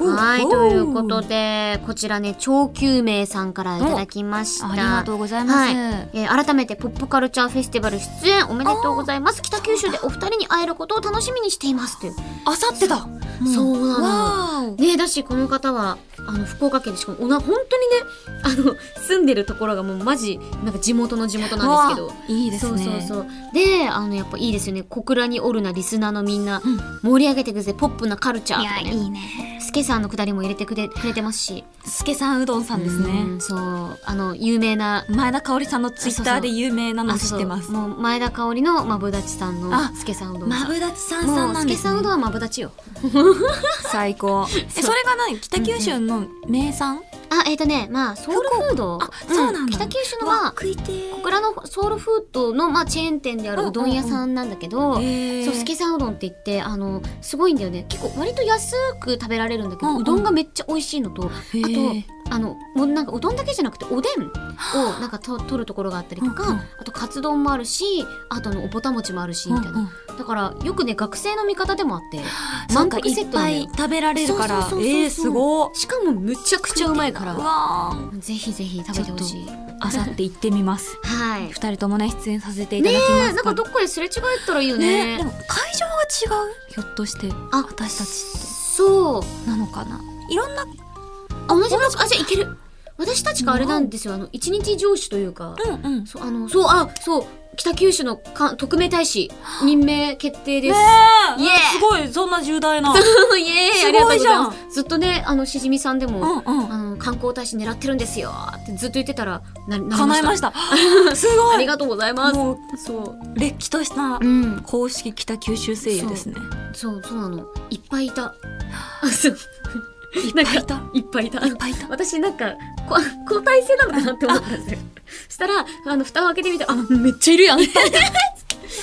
S2: はいということでこちらね超救命さんからいただきました
S3: おありがとうございます
S2: はいえー改めてポップカルチャーフェスティバル出演おめでとうございます北九州でお二人に会えることを楽しみにしていますという
S3: あさってだ
S2: そうなの
S3: なの
S2: ねだしこの方はあの福岡県でしかもおな本当にねあの住んでるところがもうマジなんか地元の地元なんですけど
S3: いいですね
S2: そうそうそうであのやっぱいいですよね小倉におるなリスナーのみんな、
S3: ん
S2: 盛り上げてくぜポップなカルチャー
S3: い
S2: とか
S3: やい
S2: ね
S3: いね
S2: スケさんのくだりも入れてくれくれてますし
S3: すけさんうどんさんです
S2: う
S3: ね
S2: んそうあの有名な
S3: 前田香織さんのツイッターで有名なの
S2: あ
S3: 知
S2: そ
S3: っ
S2: う
S3: てます
S2: もう前田香織のマブダチさん
S3: あ
S2: のスケさんうどん
S3: ま
S2: さん
S3: ぶだちさんさ
S2: も
S3: ん
S2: う
S3: な
S2: ス
S3: んで
S2: ケ
S3: す
S2: さんうどんはマブダチよ
S3: 最高えそれが何北九州の名産
S2: あえっ、とねまあソウルフード
S3: あそうなんだ
S2: 北九州の
S3: わ
S2: は
S3: 食いてー
S2: 小倉のソウルフードの、まあ、チェーン店であるうどん屋さんなんだけど、
S3: へー
S2: そうすけさんうどんって言ってあのすごいんだよね結構割と安く食べられるんだけど、
S3: う
S2: うん
S3: うん
S2: どんがめっちゃ美味しいのと、
S3: へ
S2: あ
S3: ー
S2: とあのもうなんかうどんだけじゃなくておでんをなんかと取るところがあったりとか、
S3: うんうん
S2: あとカツ丼もあるしあとあのおぼた餅もあるしみたいな、
S3: うんうん
S2: だからよくね学生の味方でもあって
S3: な
S2: 満
S3: んか
S2: 腹
S3: い
S2: セ
S3: っ
S2: ットな
S3: ぱ
S2: のよ
S3: い食べられるか
S2: そ
S3: ら
S2: うそうそうそう
S3: えー、すごっ
S2: しかもむちゃくちゃうまいから
S3: わ
S2: ぜひぜひ食べてほしい
S3: あさって行ってみます
S2: はい
S3: 二人ともね出演させてい
S2: ね
S3: ただきま
S2: え
S3: す
S2: なんかどっかですれ違えたらいいよ
S3: ね
S2: ね
S3: でも会場が違うひょっとして
S2: あ
S3: 私たち
S2: そう
S3: なのかないろんな
S2: あ同じ場所あじゃあいける私たちがあれなんですよ、あの、一日上司というか、
S3: うんうん。
S2: そう、あの、そう、あ、そう、北九州のか特命大使、任命決定です。
S3: え
S2: イエーイ
S3: すごい、そんな重大 な。
S2: イエーイ
S3: す
S2: ありがとう
S3: ご
S2: ござ
S3: い
S2: い
S3: じゃん
S2: ます。ずっとね、あの、しじみさんでも、
S3: うんうん
S2: あの、観光大使狙ってるんですよってずっと言ってたら、な、なりました。
S3: 叶えました。すご
S2: あり
S3: い
S2: がとうございます。
S3: もう、
S2: そう。
S3: れっきとした
S2: うん。
S3: 公式北九州声優ですね。
S2: そう、そうなの。いっぱいい た。あ、そう。
S3: いっ
S2: なん
S3: ぱ
S2: か
S3: いいた。
S2: いっぱいいた
S3: いっぱいいた。
S2: 私なんか、こ交代制なのかなって思ったん ですよ。したら、あの、蓋を開けてみて、あ、めっちゃいるやん。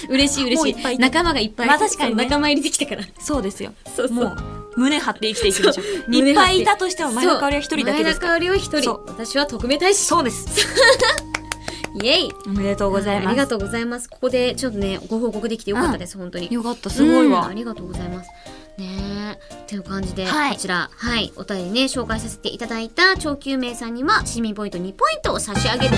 S2: 嬉しい嬉
S3: もう
S2: し
S3: い
S2: い。
S3: っぱいいた
S2: 仲間がいっぱい。
S3: まあ確かにね
S2: そう仲間入りできたから。
S3: そうですよ。
S2: そうそう
S3: も。う、胸張って生きていきましょう。
S2: 胸張って
S3: いっぱいいたとしても、前の香りは一人だ
S2: そう
S3: けで
S2: 前
S3: す
S2: 田
S3: か
S2: 香織は一
S3: そ
S2: 人
S3: う。
S2: 私は特命大使。
S3: そうです。
S2: イエイ
S3: おめでとうござい
S2: あ
S3: ま
S2: りが
S3: す。
S2: とうございます。ここでちょっとね、ご報告できてよかったです、本当に。
S3: よかった、すごい
S2: うんあ
S3: わ。
S2: りがとうございます。ねえ。という感じで、
S1: はい
S2: こちら、はい、お便りね、紹介させていただいた超9名さんには、しじみポイント2ポイントを差し上げるぜ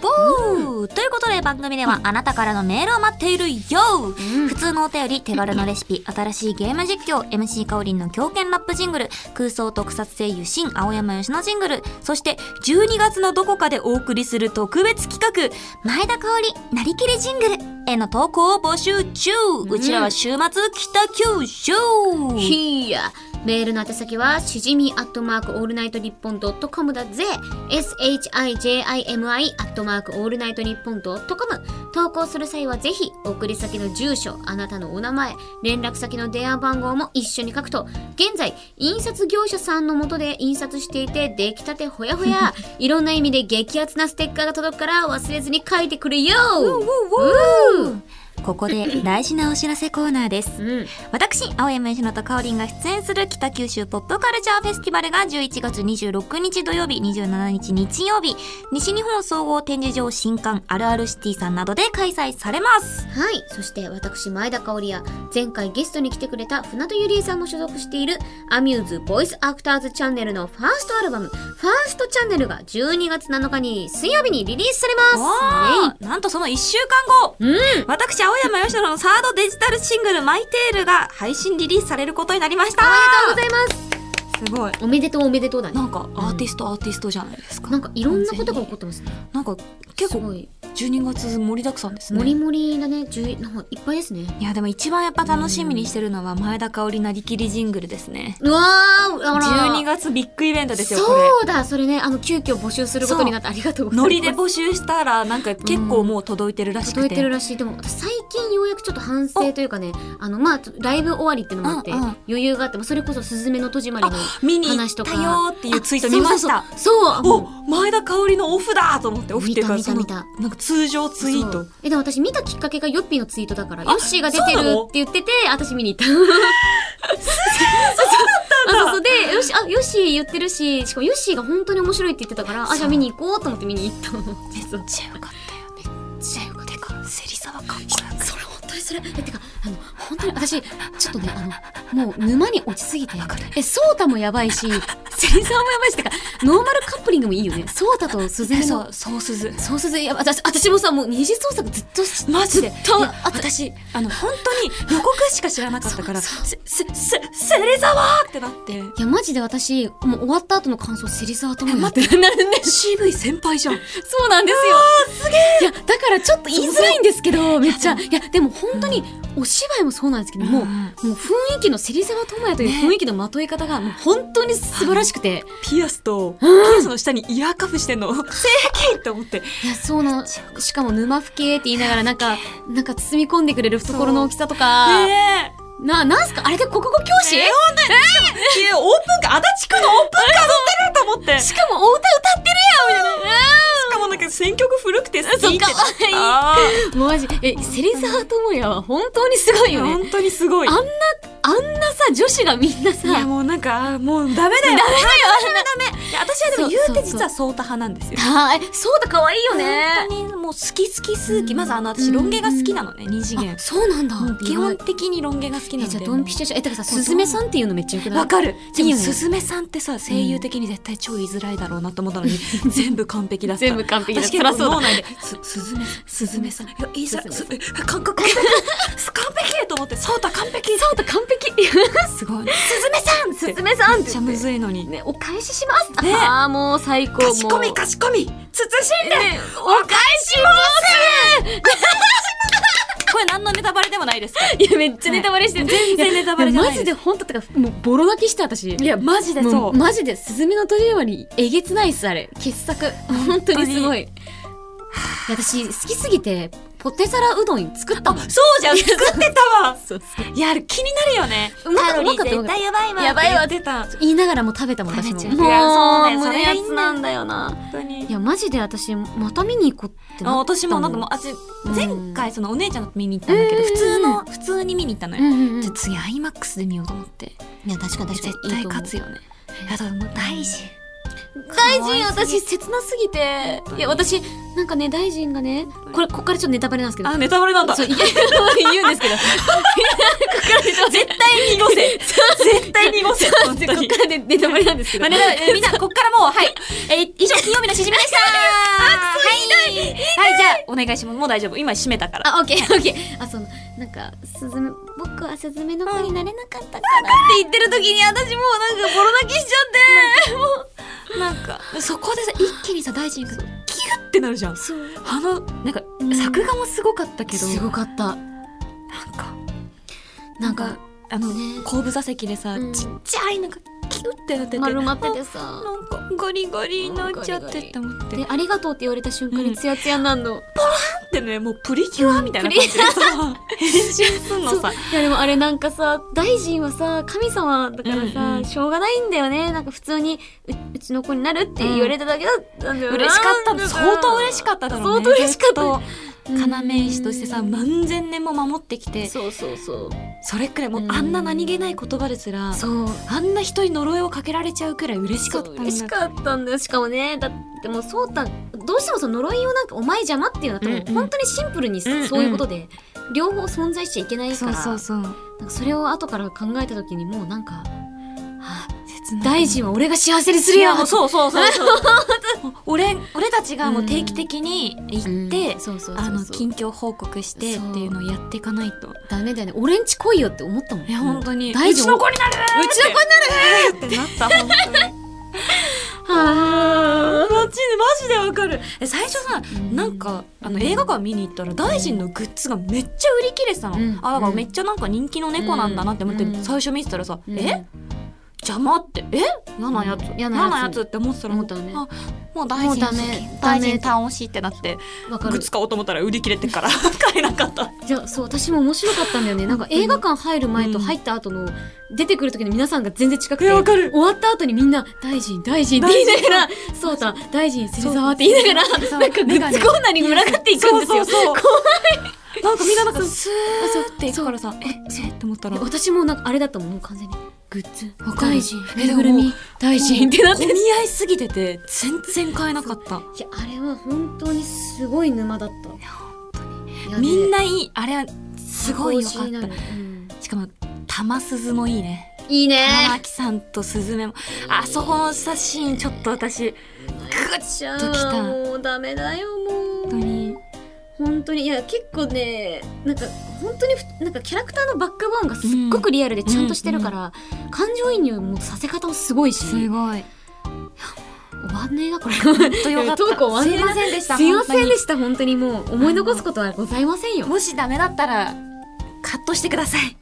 S1: ぼーということで番組ではあなたからのメールを待っているよ
S2: うん
S1: 普通のお便り、手軽なレシピ、新しいゲーム実況、MC かおりんの狂犬ラップジングル、空想特撮声優新青山よしのジングル、そして12月のどこかでお送りする特別企画、前田香織なりきりジングルへの投稿を募集中、うちらは週末北九州
S2: ひーやメールの宛先はしじみアットマークオールナイトニッポンドットコムだぜ SHIJIMI アットマークオールナイトニッポンドットコム投稿する際はぜひ送り先の住所あなたのお名前連絡先の電話番号も一緒に書くと現在印刷業者さんのもとで印刷していて出来たてほやほやいろんな意味で激アツなステッカーが届くから忘れずに書いてくれよ
S1: ここで大事なお知らせコーナーです。
S2: うん
S1: 私、青山吉乃と香織が出演する北九州ポップカルチャーフェスティバルが11月26日土曜日、27日日曜日、西日本総合展示場新館あるあるシティさんなどで開催されます。
S2: はい。そして私、前田香織や、前回ゲストに来てくれた船戸ゆりえさんも所属している、アミューズボイスアクターズチャンネルのファーストアルバム、ファーストチャンネルが12月7日に水曜日にリリースされます
S3: わーなんとその1週間後、
S2: うん
S3: 私、青山よしののサードデジタルシングル、マイテールが配信リリースされることになりました。
S2: イェイありがとうございます
S3: すごい。
S2: おめでとうおめでとうだね
S3: な。んか、アーティスト、アーティストじゃないですか。
S2: なんかいろんなことが起こってますね。
S3: なんか、結
S2: すご
S3: 構、
S2: い。
S3: 12月盛りだくさんですね。
S2: もりもりだね。十なんかいっぱいですね。
S3: いやでも一番やっぱ楽しみにしてるのは前田香織なりきりジングルですね。
S2: うわー、あら。
S3: 12月ビッグイベントですよ、これ。
S2: そうだ、それね、あの、急遽募集することになってありがとうございま
S3: ノ
S2: す。
S3: リで募集したらなんか結構もう届いてるらしくて。
S2: 届いてるらしいでも私最近ようやくちょっと反省というかねあのまあライブ終わりってのもあって、
S3: うんうん
S2: 余裕があってもうそれこそ「すずめの戸締まり」の
S3: あ、見に行
S2: 話
S3: った
S2: とか
S3: よーっていうツイート見ました。
S2: あそうそうそうそうあもう
S3: お前田香織のオフだと思ってオフっていうか
S2: 見た
S3: その
S2: 見た見
S3: なんか通常ツイー
S2: そ
S3: ト
S2: うえでも私見たきっかけがヨッピーのツイートだからヨッシーが出て
S3: そう
S2: る
S3: なの
S2: って言ってて私見に行った。そうそうそうでよしあヨッシー言ってるししかもヨッシーが本当に面白いって言ってたからあじゃあ見に行こうと思って見に行ったの。そう
S3: めっちゃよかったよめっちゃよかったてか芹沢かっこよかった
S2: それ本当にそれえてかあの本当に私ちょっとねあのもう沼に落ちすぎてえソータもやばいし芹沢もやばいしってかノーマルカップリングもいいよねソータと鈴
S3: え
S2: 江
S3: そ
S2: の
S3: うそうすず
S2: そう鈴江やばい私私もさもう二次創作ずっとし
S3: マジで
S2: ずっと
S3: いや
S2: あ
S3: 私あの本当に予告しか知らなかったから
S2: そ
S3: せせせ芹沢ってなって
S2: いやマジで私もう終わった後の感想芹沢ともや
S3: 待ってなるね CV 先輩じゃん
S2: そうなんですよすげえいやだからちょっと言いづらいんですけどめっちゃいやでも本当にお芝居もそうなんですけども、
S3: うん
S2: もう雰囲気の芹沢智也という雰囲気のまとい方がもう本当に素晴らしくて、
S3: ピアスとピアスの下にイヤーカフしてんの正義って思って
S2: いや、そうなの。しかも沼ふけって言いながら、なんか、なんか包み込んでくれる懐の大きさとか、
S3: ねえ
S2: な、なんすかあれで国語教師、
S3: ねいやオープンカー足立区のオープンカー乗ってると思って
S2: しかもお歌歌ってるやんみたいな。
S3: しかもなんか選曲古くて好きって
S2: そうかわいい
S3: あ
S2: もうマジ、え、芹沢智也は本当にすごい
S3: ー
S2: よね。
S3: 本当にすごい
S2: あんな、あんなさ、女子がみんなさ、
S3: いやもうなんかあーもうダメだよダメだよダメいや私はでも言うて実はソータ派なんですよ
S2: はい、そうだ、可愛いよね。
S3: 本当にもう好き好き好き、
S2: うん
S3: まずあの私ロン毛が好きなのね二次元
S2: あそうなんだ
S3: もう。基
S2: 意
S3: 本
S2: 外
S3: 的にロン毛が好きな
S2: え、
S3: ので
S2: じゃあ、ドンピシャじゃん。え、だからさ、
S3: もう
S2: すずめさんっていうのめっちゃよくない
S3: わかる
S2: い
S3: で
S2: い
S3: も
S2: よね
S3: すずめさんってさ声優的に絶対超言いづらいだろうなと思 ったのに、全部完璧だった
S2: 全部完璧だ
S3: 私結
S2: そらそう
S3: 構
S2: だ
S3: 脳内ですすずめさんすずめさんいや言いづらいすえ感覚完璧完璧と思って、そうた完璧
S2: そうだ、完璧
S3: すごい。
S2: すずめさんすずめさん
S3: め
S2: っ
S3: ってちゃ
S2: 言って
S3: むずいのに。
S2: ね、お返しします、
S3: ね
S2: ああ、もう最高。
S3: かしこみ
S2: もう
S3: かしこみ慎んで、
S2: ねお返し
S3: これ何のネタバレでもないですか
S2: いや、めっちゃネタバレしてる。全
S3: 然ネタバレじゃない
S2: マ
S3: です
S2: ジで本当とか、もうボロ泣きした私。
S3: いや、マジで
S2: も
S3: そうう。
S2: マジで、すずめの鳥よりえげつないっす、あれ。傑作。本当にすごい。いや私、好きすぎて、ポテサラうどん作ったもん。
S3: そうじゃん作ってたわ
S2: そう
S3: いや、あれ気になるよね。
S2: うまかったうまかった
S3: 絶対やばいわ。
S2: やばいわ
S3: 出た。本
S2: 言いながらも食べたもん、私も。
S3: 食べちゃういや
S2: も、
S3: そう
S2: 胸
S3: うだよそれが
S2: や
S3: いいんだよ
S2: つなんだよな。
S3: 当に
S2: い。や、マジで私、また見に行こうって
S3: あ
S2: なった
S3: 私もなんかもう、あ私、前回そのお姉ちゃんと見に行ったんだけど、
S2: うん
S3: 普通の、普通に見に行ったの
S2: うん
S3: よ。
S2: うんうん
S3: じゃあ次、IMAX で見ようと思って。
S2: いや、確か確かに
S3: 絶対勝つ
S2: よ。
S3: よね。あと、もう大臣。
S2: 大臣、
S3: かわいす
S2: 私、
S3: ぎ
S2: 切なすぎて
S3: 当。に
S2: いや、私、なんかね、大臣がね、これ、こっからちょっとネタバレなんですけど
S3: あ、、ネタバレなんだ。
S2: そう
S3: 絶
S2: 言う言うんですけど、こっからネタバレ
S3: 対濁せ。絶対濁せ。 本当
S2: こっ
S3: に
S2: か。らねネタバレなんですけど。
S3: まあね、だからえみんな、こっからもう、はい。えー以上、金曜日のしじみで したはいはい、じゃあ、お願いします。もう大丈夫。今、閉めたから。
S2: あ、オッケー、オッケー。あ、その、なんか、スズメ、僕はスズメの子になれなかったから。
S3: って言ってる時に、私もうなんか、ボロ泣きしちゃって、もう、なんか、そこでさ、一気にさ、大臣が、キュッてなるじゃん。
S2: そう。
S3: あの、なんか
S2: うん、
S3: 作画もすごかったけど、
S2: すごかった。
S3: なんか、
S2: なんか、
S3: あの、
S2: ね
S3: 後部座席でさ、
S2: うん
S3: ちっちゃいのが、キュッてなってて、
S2: 丸まって
S3: あ
S2: てさ。
S3: なんか、ゴリゴリになっちゃってって思って
S2: で、。ありがとうって言われた瞬間
S3: う
S2: に
S3: ん
S2: ツヤツヤになるの。
S3: ってね、もうプリキュアみたいな感じでさ、変身すんの
S2: そ
S3: さ
S2: う。いやでもあれなんかさ大臣はさ神様だからさ、
S3: うんうん
S2: しょうがないんだよねなんか普通にううちの子になるって言われただけだったんだよな、
S3: 嬉しかったの相当嬉し
S2: っ
S3: かっただろう
S2: 相
S3: ね
S2: 当嬉しかった
S3: ずっと要石としてさ万全年も守ってきて
S2: そうそうそう
S3: それくらいもう
S2: うん
S3: あんな何気ない言葉ですら
S2: そう
S3: あんな人に呪いをかけられちゃうくらい嬉しかった
S2: そうん
S3: だ
S2: 嬉しかったんだよしかもねだってもうそうたんどうしてもその呪いをなんか「お前邪魔」っていうのと、もう
S3: うんうん
S2: 本当にシンプルに
S3: うんうん
S2: そういうことで、両方存在しちゃいけないか
S3: そう
S2: ら
S3: そうそう
S2: なんかそれを後から考えた時にもうなんかあ
S3: 切ない
S2: 大臣は俺が幸せにす
S3: い
S2: るよ
S3: やもうそうそうそうそう俺俺たちがもう定期的に行って
S2: うんそうそうそうそう
S3: あの近況報告してっていうのをやっていかないと
S2: ダメだよね。俺んち来いよって思ったもん。
S3: いや本当に
S2: 大
S3: う
S2: 丈
S3: ち
S2: 夫
S3: の子になる
S2: うちの子に
S3: なるってなった本当に
S2: は
S3: マジでマジでわかるえ最初さ
S2: うん
S3: なんかあの映画館見に行ったら大臣のグッズがめっちゃ売り切れてたの、
S2: うん
S3: あだからめっちゃなんか人気の猫なんだなって思って
S2: うん
S3: 最初見てたらさ「
S2: うん
S3: え邪魔」って「え嫌なやつ
S2: うん
S3: 嫌
S2: 嫌
S3: な
S2: な
S3: や
S2: や
S3: つ
S2: つ
S3: って思ってたら
S2: 思ったね
S3: あもう大臣
S2: もうダメ
S3: 大
S2: ダ
S3: 臣
S2: メ
S3: 倒しってなって
S2: わ
S3: グ
S2: か
S3: ッ
S2: る。
S3: ズ買おうと思ったら売り切れてから 買えなかった
S2: じゃあ、そう、私も面白かったんだよね。なんか映画館入る前と入った後の、出てくる時の皆さんが全然近く
S3: い
S2: て。
S3: やわかる
S2: 終わった後にみんな、大臣、大臣って言いながら、そうた、大臣、芹沢って言いながら、
S3: そう
S2: なんかグッズコーナーに群がっていくんですよ。
S3: そうそうそう
S2: 怖い
S3: なんかみんななんかスーッていくからさ「ええっ?」て思ったら
S2: 私もなんかあれだったもん、もう完全に。グッズ、
S3: わかる
S2: 大臣、
S3: え
S2: ぬ
S3: で
S2: い
S3: も
S2: ぐるみ、大臣ってなって
S3: お見合いすぎてて全然買えなかった
S2: いや、あれは本当にすごい沼だった。やべえ
S3: みんないいあれはすごい良
S2: 更
S3: かっ
S2: 新になる
S3: た
S2: うん
S3: しかも玉鈴もいいね
S2: いいね
S3: 玉木さんとスズメもあそこのさシーンちょっと私
S2: グッちゃ
S3: グッときた
S2: んもうダメだよもう
S3: 本当に
S2: 本当にいや結構ねなんか本当にふなんかキャラクターのバックボーンがすっごくリアルでちゃんとしてるから、感情移入もさせ方もすごいし
S3: す
S2: 終
S3: ごい
S2: わんねえなこ れ
S3: 本当よかっ
S2: トーク終わ
S3: た
S2: ん
S3: す
S2: ね
S3: い
S2: えな
S3: ませんでした
S2: すいませんで
S3: し
S2: した本当にもう思い残すことはございませんよ
S3: もしダメだったらカットしてください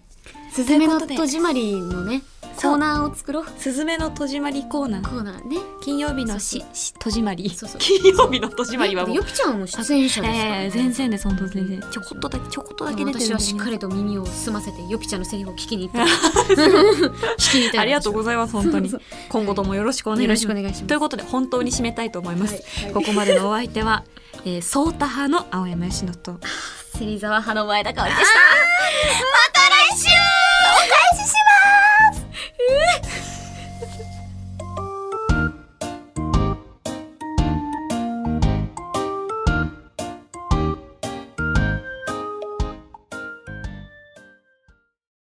S2: スズメの
S3: ということで
S2: 戸締まりのね
S3: そう
S2: コーナーを作ろう
S3: スズメの戸締まりコーナー
S2: コーナーね
S3: 金曜日のしし戸締まり
S2: そうそう
S3: 金曜日の戸締まりはも
S2: よ
S3: う
S2: ぴちゃんも出演者ですから、
S3: ええ全然です本当全然ちょこっとだけちょこっとだけ出てるんで
S2: 私はしっかりと耳を澄ませてよぴちゃんのセリフを聞きに行 った 聞きに行った
S3: ありがとうございます本当に
S2: そう
S3: 今後ともよろしくお願いし
S2: よろ
S3: ま
S2: し
S3: す
S2: くお願いします
S3: ということで本当に締めたいと思います、
S2: はいはい
S3: ここまでのお相手は、えー、ソータ派の青山佳乃と
S2: 芹沢派の前田香織でした。ま